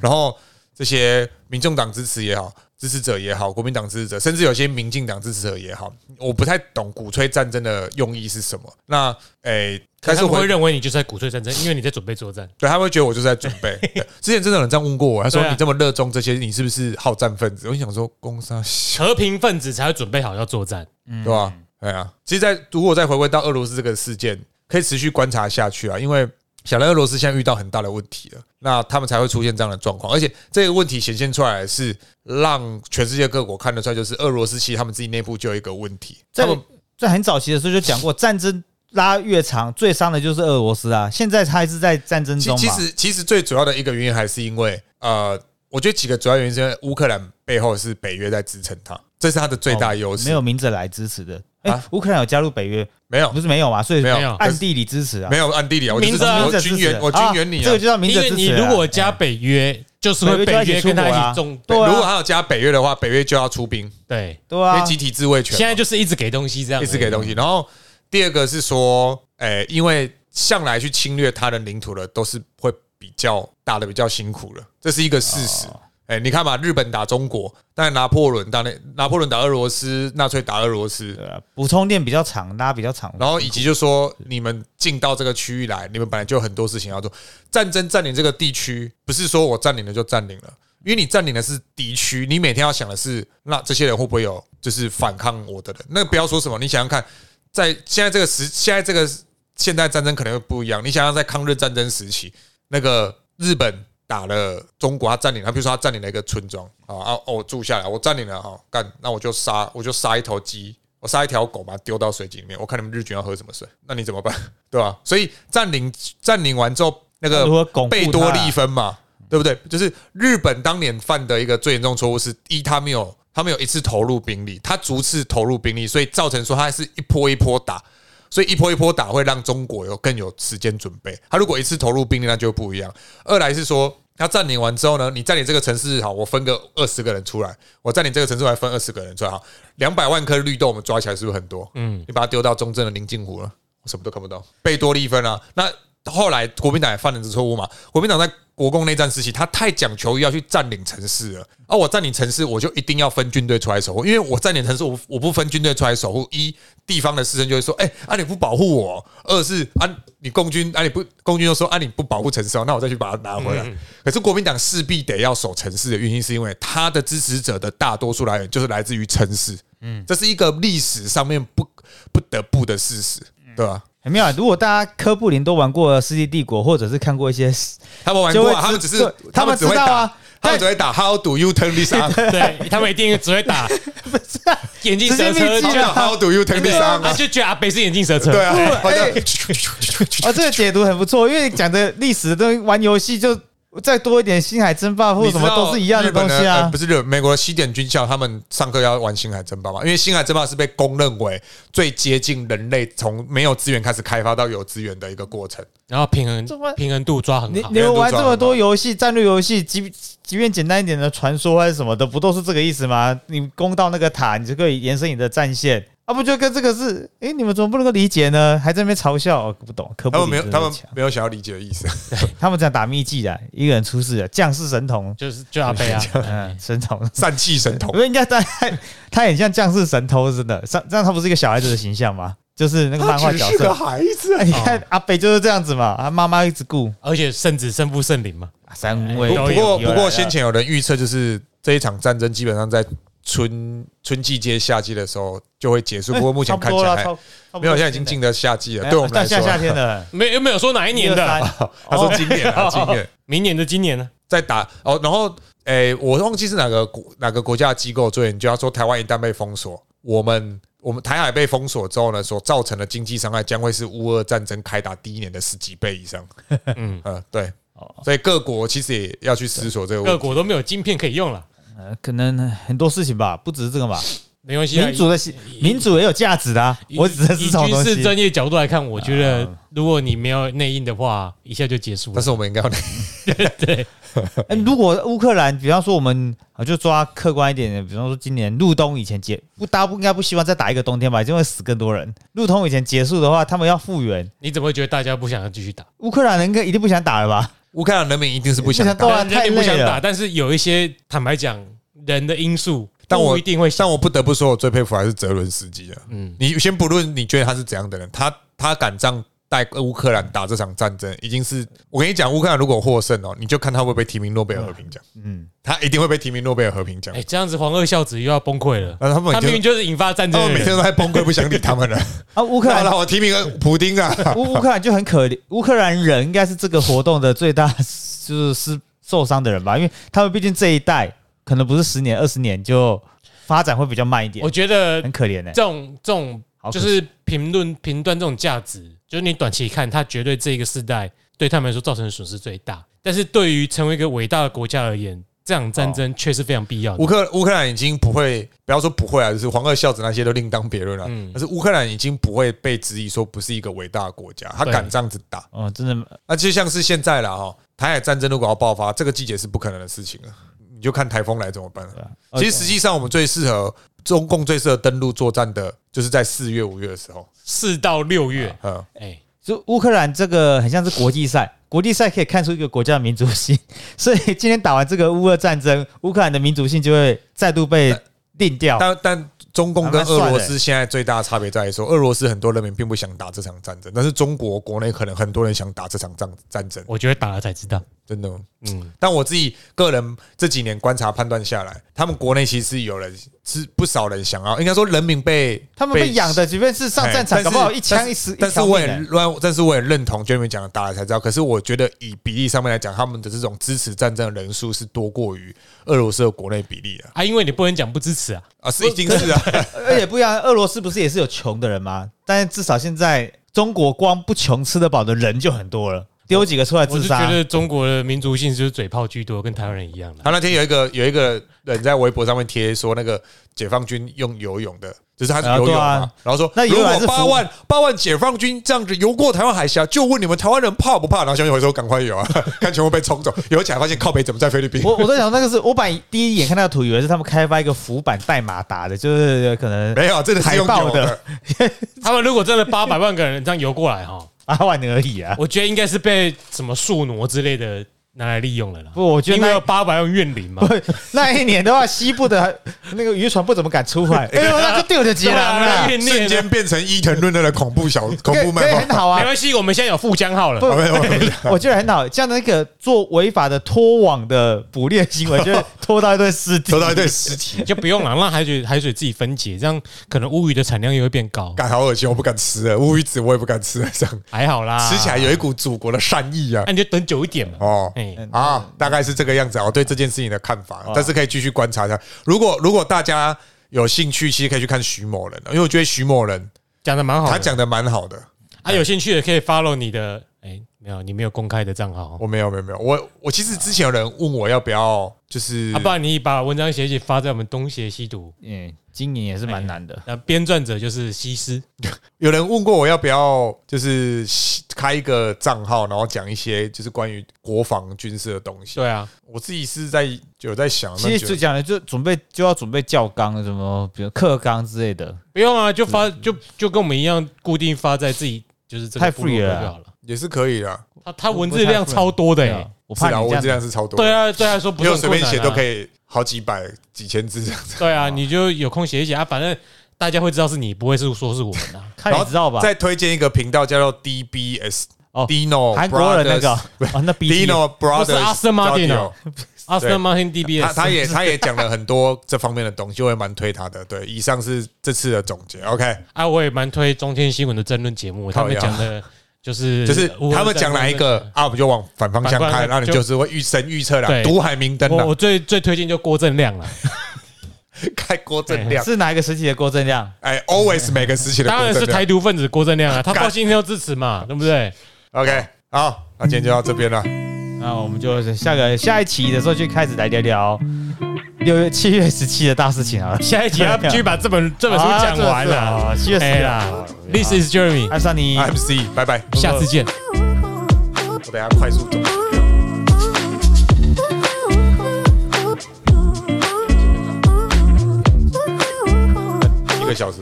Speaker 3: 然后这些民众党支持也好，支持者也好，国民党支持者，甚至有些民进党支持者也好，我不太懂鼓吹战争的用意是什么。那诶、
Speaker 2: 可
Speaker 3: 但
Speaker 2: 是
Speaker 3: 是
Speaker 2: 他们
Speaker 3: 回
Speaker 2: 会认为你就是在鼓吹战争，因为你在准备作战。
Speaker 3: 对，他们会觉得我就是在准 备。对之前真的有人这样问过我，他说
Speaker 2: 对啊
Speaker 3: 你这么热衷这些，你是不是好战分子？我就想说，攻杀小，
Speaker 2: 和平分子才会准备好要作战。
Speaker 1: 嗯
Speaker 3: 对吧？对啊，其实在，如果再回归到俄罗斯这个事件，可以持续观察下去啊，因为想到俄罗斯现在遇到很大的问题了，那他们才会出现这样的状况，而且这个问题显现出来是让全世界各国看得出来，就是俄罗斯其实他们自己内部就有一个问题，他
Speaker 1: 在
Speaker 3: 们
Speaker 1: 在很早期的时候就讲过，战争拉越长，最伤的就是俄罗斯啊。现在他还是在战争
Speaker 3: 其
Speaker 1: 中
Speaker 3: 其
Speaker 1: 嘛，
Speaker 3: 实其实最主要的一个原因还是因为呃，我觉得几个主要原因是因为乌克兰背后是北约在支撑它，这是它的最大优势、
Speaker 1: 哦没有明着来支持的。哎
Speaker 3: 啊，
Speaker 1: 乌克兰有加入北约，
Speaker 3: 没有
Speaker 1: 不是没有嘛？所以
Speaker 3: 没有
Speaker 2: 没有
Speaker 1: 暗地里支持啊
Speaker 3: 没，有暗地里啊，我就是
Speaker 2: 明着啊
Speaker 3: 我
Speaker 1: 明着支
Speaker 3: 军
Speaker 1: 持
Speaker 3: 援
Speaker 1: 啊，
Speaker 3: 我军援你
Speaker 1: 这
Speaker 3: 啊
Speaker 1: 个。就叫明
Speaker 2: 因
Speaker 1: 着
Speaker 2: 为
Speaker 1: 支持啊。
Speaker 2: 你如果加
Speaker 1: 哎
Speaker 2: 北约，就是会
Speaker 1: 北约
Speaker 2: 北
Speaker 1: 就要一
Speaker 2: 约
Speaker 1: 起出
Speaker 2: 跟他一
Speaker 1: 国啊
Speaker 2: 起中
Speaker 1: 对啊
Speaker 3: 如果他有加北约的话，北约就要出兵，
Speaker 2: 对。
Speaker 1: 对
Speaker 3: 因为
Speaker 1: 啊，
Speaker 3: 集体自卫权嘛。
Speaker 2: 现在就是一直给东西这样而
Speaker 3: 一
Speaker 2: 已，
Speaker 3: 直给东西。然后第二个是说，诶、因为向来去侵略他人领土的都是会比较打的比较辛苦的，这是一个事实。
Speaker 2: 哦
Speaker 3: 诶，你看嘛，日本打中国，但拿破仑打那拿破仑打俄罗斯，纳粹打俄罗斯，
Speaker 1: 对啊，补充电比较长，拉比较长，
Speaker 3: 然后以及就说你们进到这个区域来，你们本来就有很多事情要做。战争占领这个地区，不是说我占领了就占领了，因为你占领的是敌区，你每天要想的是，那这些人会不会有就是反抗我的人？那不要说什么，你想想看，在现在这个时，现在这个现代战争可能会不一样。你想想，在抗日战争时期，那个日本打了中国，他占领，他比如说他占领了一个村庄啊啊，哦我住下来，我占领了哈，干，那我就杀，我就杀一头鸡，我杀一条狗，把它丢到水井里面，我看你们日军要喝什么水，那你怎么办？ 对吧、所以占领占领完之后，那个
Speaker 1: 如何巩固
Speaker 3: 贝
Speaker 1: 它
Speaker 3: 多
Speaker 1: 啊
Speaker 3: 利分嘛，对不对？就是日本当年犯的一个最严重错误是，一他没有他没有一次投入兵力，他逐次投入兵力，所以造成说他是一波一波打，所以一波一波打会让中国有更有时间准备。他如果一次投入兵力，那就不一样。二来是说。他占领完之后呢，你占领这个城市好，我分个二十个人出来，我占领这个城市我还分二十个人出来好，两百万颗绿豆我们抓起来是不是很多？嗯，你把它丢到中正的宁静湖了，我什么都看不到。贝多利分啊，那后来国民党也犯了这错误嘛？国民党在国共内战时期，他太讲求要去占领城市了。啊，我占领城市，我就一定要分军队出来守护，因为我占领城市，我我不分军队出来守护，一地方的士绅就会说，哎、啊你不保护我；二是啊你共军啊你不共军又说啊你不保护城市哦，那我再去把它拿回来。可是国民党势必得要守城市的原因，是因为他的支持者的大多数来源就是来自于城市，嗯，这是一个历史上面不不得不的事实，对吧、
Speaker 1: 很妙啊。如果大家科布林都玩过《世纪帝国》，或者是看过一 些，
Speaker 3: 他们玩
Speaker 1: 就
Speaker 3: 过
Speaker 1: 会
Speaker 3: 啊，
Speaker 1: 知
Speaker 3: 他们只是
Speaker 1: 对啊他
Speaker 3: 他们
Speaker 1: 们
Speaker 3: 只会
Speaker 1: 知道啊
Speaker 3: 打，他
Speaker 1: 但
Speaker 3: 们只会打 How do you turn this on？
Speaker 2: 对他们一定只会 打眼镜蛇
Speaker 1: 直接
Speaker 2: 车
Speaker 1: 秘技
Speaker 2: 就
Speaker 1: 啊
Speaker 3: 他们打 How do you turn this
Speaker 2: 他
Speaker 3: on？
Speaker 2: 就觉得阿北是眼镜蛇车，
Speaker 3: 对啊，好像
Speaker 1: 哎 哦，这个解读很不错，因为讲的历史的东西，玩游戏就再多一点星海争霸或者
Speaker 3: 你
Speaker 1: 什
Speaker 3: 知
Speaker 1: 么
Speaker 3: 道
Speaker 1: 都是一样
Speaker 3: 日
Speaker 1: 的
Speaker 3: 本
Speaker 1: 东
Speaker 3: 的
Speaker 1: 西
Speaker 3: 呃
Speaker 1: 啊
Speaker 3: 不。是日本美国的西点军校，他们上课要玩星海争霸嘛？因为星海争霸是被公认为最接近人类从没有资源开始开发到有资源的一个过程。
Speaker 2: 然后啊平
Speaker 1: 这么
Speaker 2: 衡平衡度抓很
Speaker 1: 你
Speaker 3: 啊
Speaker 2: 好
Speaker 1: 你。们玩这么多游戏，战略游戏，即即便简单一点的传说还是什么的，不都是这个意思吗？你攻到那个塔，你就可以延伸你的战线，啊，不就跟这个是？诶，你们怎么不能够理解呢？还在那边嘲笑，哦、不懂科
Speaker 3: 他
Speaker 1: 布
Speaker 3: 们没
Speaker 1: 林
Speaker 3: 有，
Speaker 1: 真
Speaker 3: 他
Speaker 1: 的
Speaker 3: 们
Speaker 1: 强，
Speaker 3: 没有想要理解的意思。
Speaker 1: 他们这样打秘技的，一个人出事了，啊将士神 童，
Speaker 2: 就是就 阿北啊，
Speaker 1: 嗯，神童。
Speaker 3: 散气神童
Speaker 1: 因，为人家他他很像将士神偷似的，像这样他不是一个小孩子的形象吗？就是那个漫画角色，
Speaker 3: 孩子啊
Speaker 1: 哎你看阿北就是这样子嘛，他妈妈一直顾
Speaker 2: 而且圣子胜负圣灵嘛，
Speaker 1: 啊三
Speaker 2: 不
Speaker 1: 位
Speaker 3: 不
Speaker 1: 都有。
Speaker 3: 过
Speaker 1: 有
Speaker 3: 不
Speaker 1: 来
Speaker 3: 过，
Speaker 1: 了
Speaker 3: 先前有人预测就是这一场战争基本上在春春季接夏季的时候就会结束。
Speaker 1: 哎
Speaker 3: 不过目前看起来没有，现在已经进
Speaker 1: 了，
Speaker 3: 了夏季了。
Speaker 1: 哎
Speaker 3: 对我们来
Speaker 1: 但
Speaker 3: 说，啊
Speaker 1: 下夏天了，哦
Speaker 2: 没有没有说哪一年
Speaker 1: 一二
Speaker 2: 的，啊
Speaker 1: 三
Speaker 3: 他说今 年啊，今年。
Speaker 2: 明年的今年呢？
Speaker 3: 在打哦，然后诶、我忘记是哪个国哪个国家的机构做研究，他说台湾一旦被封锁，我们我们台海被封锁之后呢，所造成的经济伤害将会是乌俄战争开打第一年的十几倍以上。嗯呃，对，
Speaker 1: 哦
Speaker 3: 所以各国其实也要去思索这个
Speaker 2: 嗯各
Speaker 3: 问题。
Speaker 2: 国都没有晶片可以用了，
Speaker 1: 呃可能很多事情吧，不只是这个吧。
Speaker 2: 没关系啊。
Speaker 1: 民主的民主也有价值的啊，
Speaker 2: 以
Speaker 1: 我指的是这
Speaker 2: 以
Speaker 1: 种
Speaker 2: 军
Speaker 1: 东
Speaker 2: 事专
Speaker 1: 西。啊
Speaker 2: 业角度来看，我觉得如果你没有内应的话，一下就结束
Speaker 3: 但
Speaker 2: 了。
Speaker 3: 是我们应该要，
Speaker 1: 哎，如果乌克兰，比方说我们啊，就抓客观一点的，比方说今年入冬以前结，不，大家不应该不希望再打一个冬天吧，因为死更多人。入冬以前结束的话，他们要复原，
Speaker 2: 你怎么会觉得大家不想要继续打？
Speaker 1: 乌克兰人应该一定不想打了吧？
Speaker 3: 乌克兰人民一定是不想
Speaker 1: 不
Speaker 3: 打
Speaker 1: 想，
Speaker 2: 当然
Speaker 1: 啊太
Speaker 2: 人家不想
Speaker 1: 累了
Speaker 2: 打，但是有一些坦白讲，人的因素，
Speaker 3: 但我
Speaker 2: 不一定会想。
Speaker 3: 但我不得不说，我最佩服还是泽伦斯基啊。嗯
Speaker 2: 嗯，
Speaker 3: 你先不论你觉得他是怎样的人，他他敢这样带乌克兰打这场战争，已经是我跟你讲，乌克兰如果获胜哦，你就看他会不会提名诺贝尔和平奖。
Speaker 1: 嗯，
Speaker 3: 他一定会被提名诺贝尔和平奖
Speaker 2: 哎、。这样子黄二孝子又要崩溃了。
Speaker 3: 啊那他们
Speaker 2: 他
Speaker 3: 每
Speaker 2: 明明
Speaker 3: 天
Speaker 2: 就是引发战
Speaker 3: 他
Speaker 2: 争
Speaker 3: 们
Speaker 2: 的
Speaker 3: 哦每天
Speaker 2: 人，
Speaker 3: 都在崩溃，不想理 他们了。
Speaker 1: 啊，乌克
Speaker 3: 好
Speaker 1: 兰
Speaker 3: 了，我提名个普丁啊，
Speaker 1: 乌乌克兰就很可怜，乌克兰人应该是这个活动的最大就是是受伤的人吧，因为他们毕竟这一代可能不是十年二十年就发展会比较慢一点
Speaker 2: 我，觉得
Speaker 1: 很可怜呢、
Speaker 2: 这种这种
Speaker 1: 好可
Speaker 2: 就
Speaker 1: 惜
Speaker 2: 是评论评断这种价值，就是你短期看，它绝对这个世代对他们来说造成的损失最大。但是对于成为一个伟大的国家而言，这场战
Speaker 1: 哦
Speaker 2: 争确实非常必要的。
Speaker 3: 乌克乌克兰已经不会，不要说不会啊，就是黄二孝子那些都另当别论了。
Speaker 2: 嗯
Speaker 3: 但是乌克兰已经不会被质疑说不是一个伟大的国家，他
Speaker 2: 对
Speaker 3: 敢这样子打。
Speaker 1: 哦，真的
Speaker 3: 那就像是现在了哈，台海战争如果要爆发，这个季节是不可能的事情了。你就看台风来怎么办。啊
Speaker 1: 呃
Speaker 3: 其实实际上，我们最适合中共最适合登陆作战的，就是在四月五月的时候。
Speaker 2: 四到六月，
Speaker 3: 嗯，
Speaker 2: 哎，
Speaker 1: 就乌克兰这个很像是国际赛，国际赛可以看出一个国家的民族性， 所以今天打完这个乌俄战争，乌克兰的民族性就会再度被定掉。
Speaker 3: 呃但但中共跟
Speaker 1: 还蛮帅的
Speaker 3: 俄罗斯现在最大的差别在于说，俄罗斯很多人民并不想打这场战争，但是中国国内可能很多人想打这场战战争，
Speaker 2: 我觉得打了才知道。
Speaker 3: 真的。
Speaker 2: 嗯，
Speaker 3: 但我自己个人这几年观察判断下来，他们国内其实有人是不少人想要，应该说人民被
Speaker 1: 他们被养的，即便是上战场，
Speaker 3: 哎但是
Speaker 1: 搞不好一
Speaker 3: 但
Speaker 1: 枪
Speaker 3: 是
Speaker 1: 一死一
Speaker 3: 但是
Speaker 1: 条
Speaker 3: 我
Speaker 1: 命
Speaker 3: 也
Speaker 1: 欸。
Speaker 3: 乱，但是我也认同 Jamie 讲的打了才知道。可是我觉得以比例上面来讲，他们的这种支持战争的人数是多过于俄罗斯的国内比例的
Speaker 2: 啊，因为你不能讲不支持啊，
Speaker 3: 啊，是一定是啊，
Speaker 1: 而且不一样，俄罗斯不是也是有穷的人吗？但是至少现在中国光不穷吃得饱的人就很多了，丢几个出来
Speaker 2: 我
Speaker 1: 自
Speaker 3: 啊
Speaker 2: 是
Speaker 1: 杀
Speaker 2: 觉。得中国的民族性就是嘴炮居多，跟台湾人一样的。
Speaker 3: 他那天有一个有一个人在微博上面贴说，那个解放军用游泳的，就是他是游泳嘛，
Speaker 1: 啊对啊
Speaker 3: 然后说
Speaker 1: 那游
Speaker 3: 如
Speaker 1: 泳还
Speaker 3: 果
Speaker 1: 是
Speaker 3: 八
Speaker 1: 服务
Speaker 3: 万八万解放军这样子游过台湾海峡，就问你们台湾人怕不怕？然后下面回说赶快游啊， 看全部被冲走，游起来发现靠北怎么在菲律宾？
Speaker 1: 我 我在想，那个是我本来第一眼看那个图，以为是他们开发一个浮板代码打的，就是可能
Speaker 3: 没有，真的是
Speaker 1: 海
Speaker 3: 用
Speaker 1: 报
Speaker 3: 游
Speaker 1: 的
Speaker 3: 的，
Speaker 2: 他们如果真的八百万个人这样游过来哈，
Speaker 1: 八万而已 啊。
Speaker 2: 我觉得应该是被什么树挪之类的拿来利用了啦。
Speaker 1: 不，我觉得
Speaker 2: 因为有
Speaker 1: 那
Speaker 2: 八百万怨灵嘛，
Speaker 1: 那一年的话，西部的那个渔船不怎么敢出 海，哎呦，那就丢着吉狼
Speaker 2: 对啊
Speaker 1: 了
Speaker 2: 那。怨念
Speaker 3: 瞬
Speaker 2: 啊
Speaker 3: 间变成伊藤润二的恐怖小恐
Speaker 1: 可
Speaker 3: 怖
Speaker 1: 以
Speaker 3: 漫
Speaker 1: 可以
Speaker 3: 画
Speaker 1: 很。好
Speaker 2: 没
Speaker 1: 啊，
Speaker 2: 关系，我们现在有富江号了
Speaker 1: 不。
Speaker 3: 啊没有没有
Speaker 1: 我觉得很好。这样的那个做违法的拖网的捕猎行为，就会拖到一堆尸体
Speaker 3: 收。到一堆尸体，
Speaker 2: 就不用了，让海水海水自己分解，这样可能乌鱼的产量也会变高。
Speaker 3: 干好恶心，我不敢吃了，乌鱼子我也不敢吃了，这样
Speaker 2: 还好啦，
Speaker 3: 吃起来有一股祖国的善意啊
Speaker 2: 那、！你就等久一点嘛。
Speaker 3: 哦，
Speaker 2: 啊哎、哦
Speaker 3: 啊，大概是这个样子啊，我对这件事情的看法，但是可以继续观察一下。如果如果大家有兴趣，其实可以去看徐某人，因为我觉得徐某人
Speaker 2: 讲的蛮好的。
Speaker 3: 他讲的蛮好的。
Speaker 2: 啊，有兴趣的可以 follow 你的，哎、没有，你没有公开的账号
Speaker 1: 哦
Speaker 3: 我没有没有没有，我我其实之前有人问我要不要，就是
Speaker 2: 啊，不然你把文章写一写发在我们东邪西毒。
Speaker 1: 嗯，经营也是蛮难的。
Speaker 2: 那编撰者就是西施，
Speaker 3: 有人问过我要不要，就是开一个账号，然后讲一些就是关于国防军事的东西。
Speaker 2: 对啊，
Speaker 3: 我自己是在就有在想，那
Speaker 1: 其
Speaker 3: 觉
Speaker 1: 实
Speaker 3: 得
Speaker 1: 就讲的就准备就要准备教纲了，什么比如课纲之类的，
Speaker 2: 不用啊，就发就就跟我们一样，固定发在自己就是这个
Speaker 1: 太
Speaker 2: 部落
Speaker 1: free
Speaker 2: 格
Speaker 1: 了啊
Speaker 2: 就好了。
Speaker 3: 也是可以的。
Speaker 2: 他他文字量超多的、
Speaker 1: 啊
Speaker 2: 欸，
Speaker 1: 我
Speaker 3: 是
Speaker 1: 怕
Speaker 3: 啊，
Speaker 1: 你
Speaker 3: 文
Speaker 1: 这
Speaker 3: 字
Speaker 1: 样
Speaker 3: 量是超多的，
Speaker 2: 对啊，对啊，说不
Speaker 3: 没
Speaker 2: 是
Speaker 3: 有
Speaker 2: 很
Speaker 3: 随便写都可
Speaker 2: 以。
Speaker 3: 以好几百、几千字这样子。
Speaker 2: 对 啊，你就有空写一写啊，反正大家会知道是你，不会是说是我们 啊。
Speaker 1: 看你知道吧？
Speaker 3: 再推荐一个频道叫做 DBS
Speaker 1: 哦
Speaker 3: Dino
Speaker 1: 韩国人那个
Speaker 3: Brothers-
Speaker 1: 哦，那 B
Speaker 3: Dino
Speaker 2: 不是
Speaker 3: Brothers
Speaker 2: Aston Martin 哦
Speaker 3: Studio
Speaker 2: Aston Martin
Speaker 3: 他
Speaker 2: DBS，
Speaker 3: 他也他也讲了很多这方面的东西，我也蛮推他的。对，以上是这次的总结。OK，
Speaker 2: 啊，我也蛮推中天新闻的争论节目，他
Speaker 3: 靠
Speaker 2: 们
Speaker 3: 腰
Speaker 2: 讲的就是
Speaker 3: 就是
Speaker 2: 乌俄
Speaker 3: 他们
Speaker 2: 战
Speaker 3: 讲哪
Speaker 2: 争
Speaker 3: 一
Speaker 2: 的
Speaker 3: 个啊，我们就往反方向
Speaker 2: 反方
Speaker 3: 看，
Speaker 2: 向
Speaker 3: 那你
Speaker 2: 就
Speaker 3: 就是会预神预测啦，
Speaker 2: 对
Speaker 3: 毒海明灯
Speaker 2: 我
Speaker 3: 啦，
Speaker 2: 我最最推荐就郭正亮 了，
Speaker 3: 开郭正亮，
Speaker 1: 哎是哪一个实体的郭正亮？
Speaker 3: 哎，always 每个时期的
Speaker 2: 当
Speaker 3: 郭
Speaker 2: 然
Speaker 3: 正
Speaker 2: 是台
Speaker 3: 亮。
Speaker 2: 独分子郭正亮啊，他报信要支持嘛，对不 对？
Speaker 3: OK，好，那今天就到这边了。
Speaker 1: 那我们就是下个下一期的时候就开始来聊聊六月七月十七的大事情好了。
Speaker 2: 下一集
Speaker 3: 啊
Speaker 2: 要继续把这本这本书讲完 了
Speaker 1: 啊，这是哦七月
Speaker 2: 哎
Speaker 1: 十
Speaker 2: 啦
Speaker 1: 啦。
Speaker 3: 啊
Speaker 2: ，This is Jeremy，
Speaker 1: 爱上你，
Speaker 3: MC，拜拜。
Speaker 2: 下次见。
Speaker 3: 我等一下快速走。一个小时，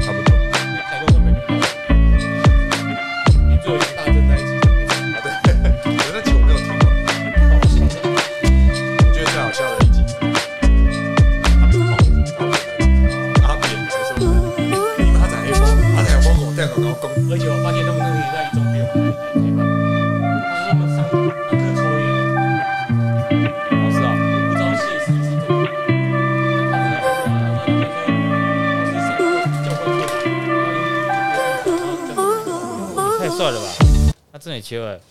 Speaker 3: 差不多。啊对，我那集我没有听完，我觉得最好笑的一集，阿扁还是什么因为他在黑猫，他在黑猫狗带狗然后公
Speaker 2: 而且我发现他们那个在一中边玩，他们上那个抽烟，
Speaker 1: 老师啊。
Speaker 2: 不着气是不是这个？他们在玩，教会做的。
Speaker 1: 太帅了吧！他真的也切了。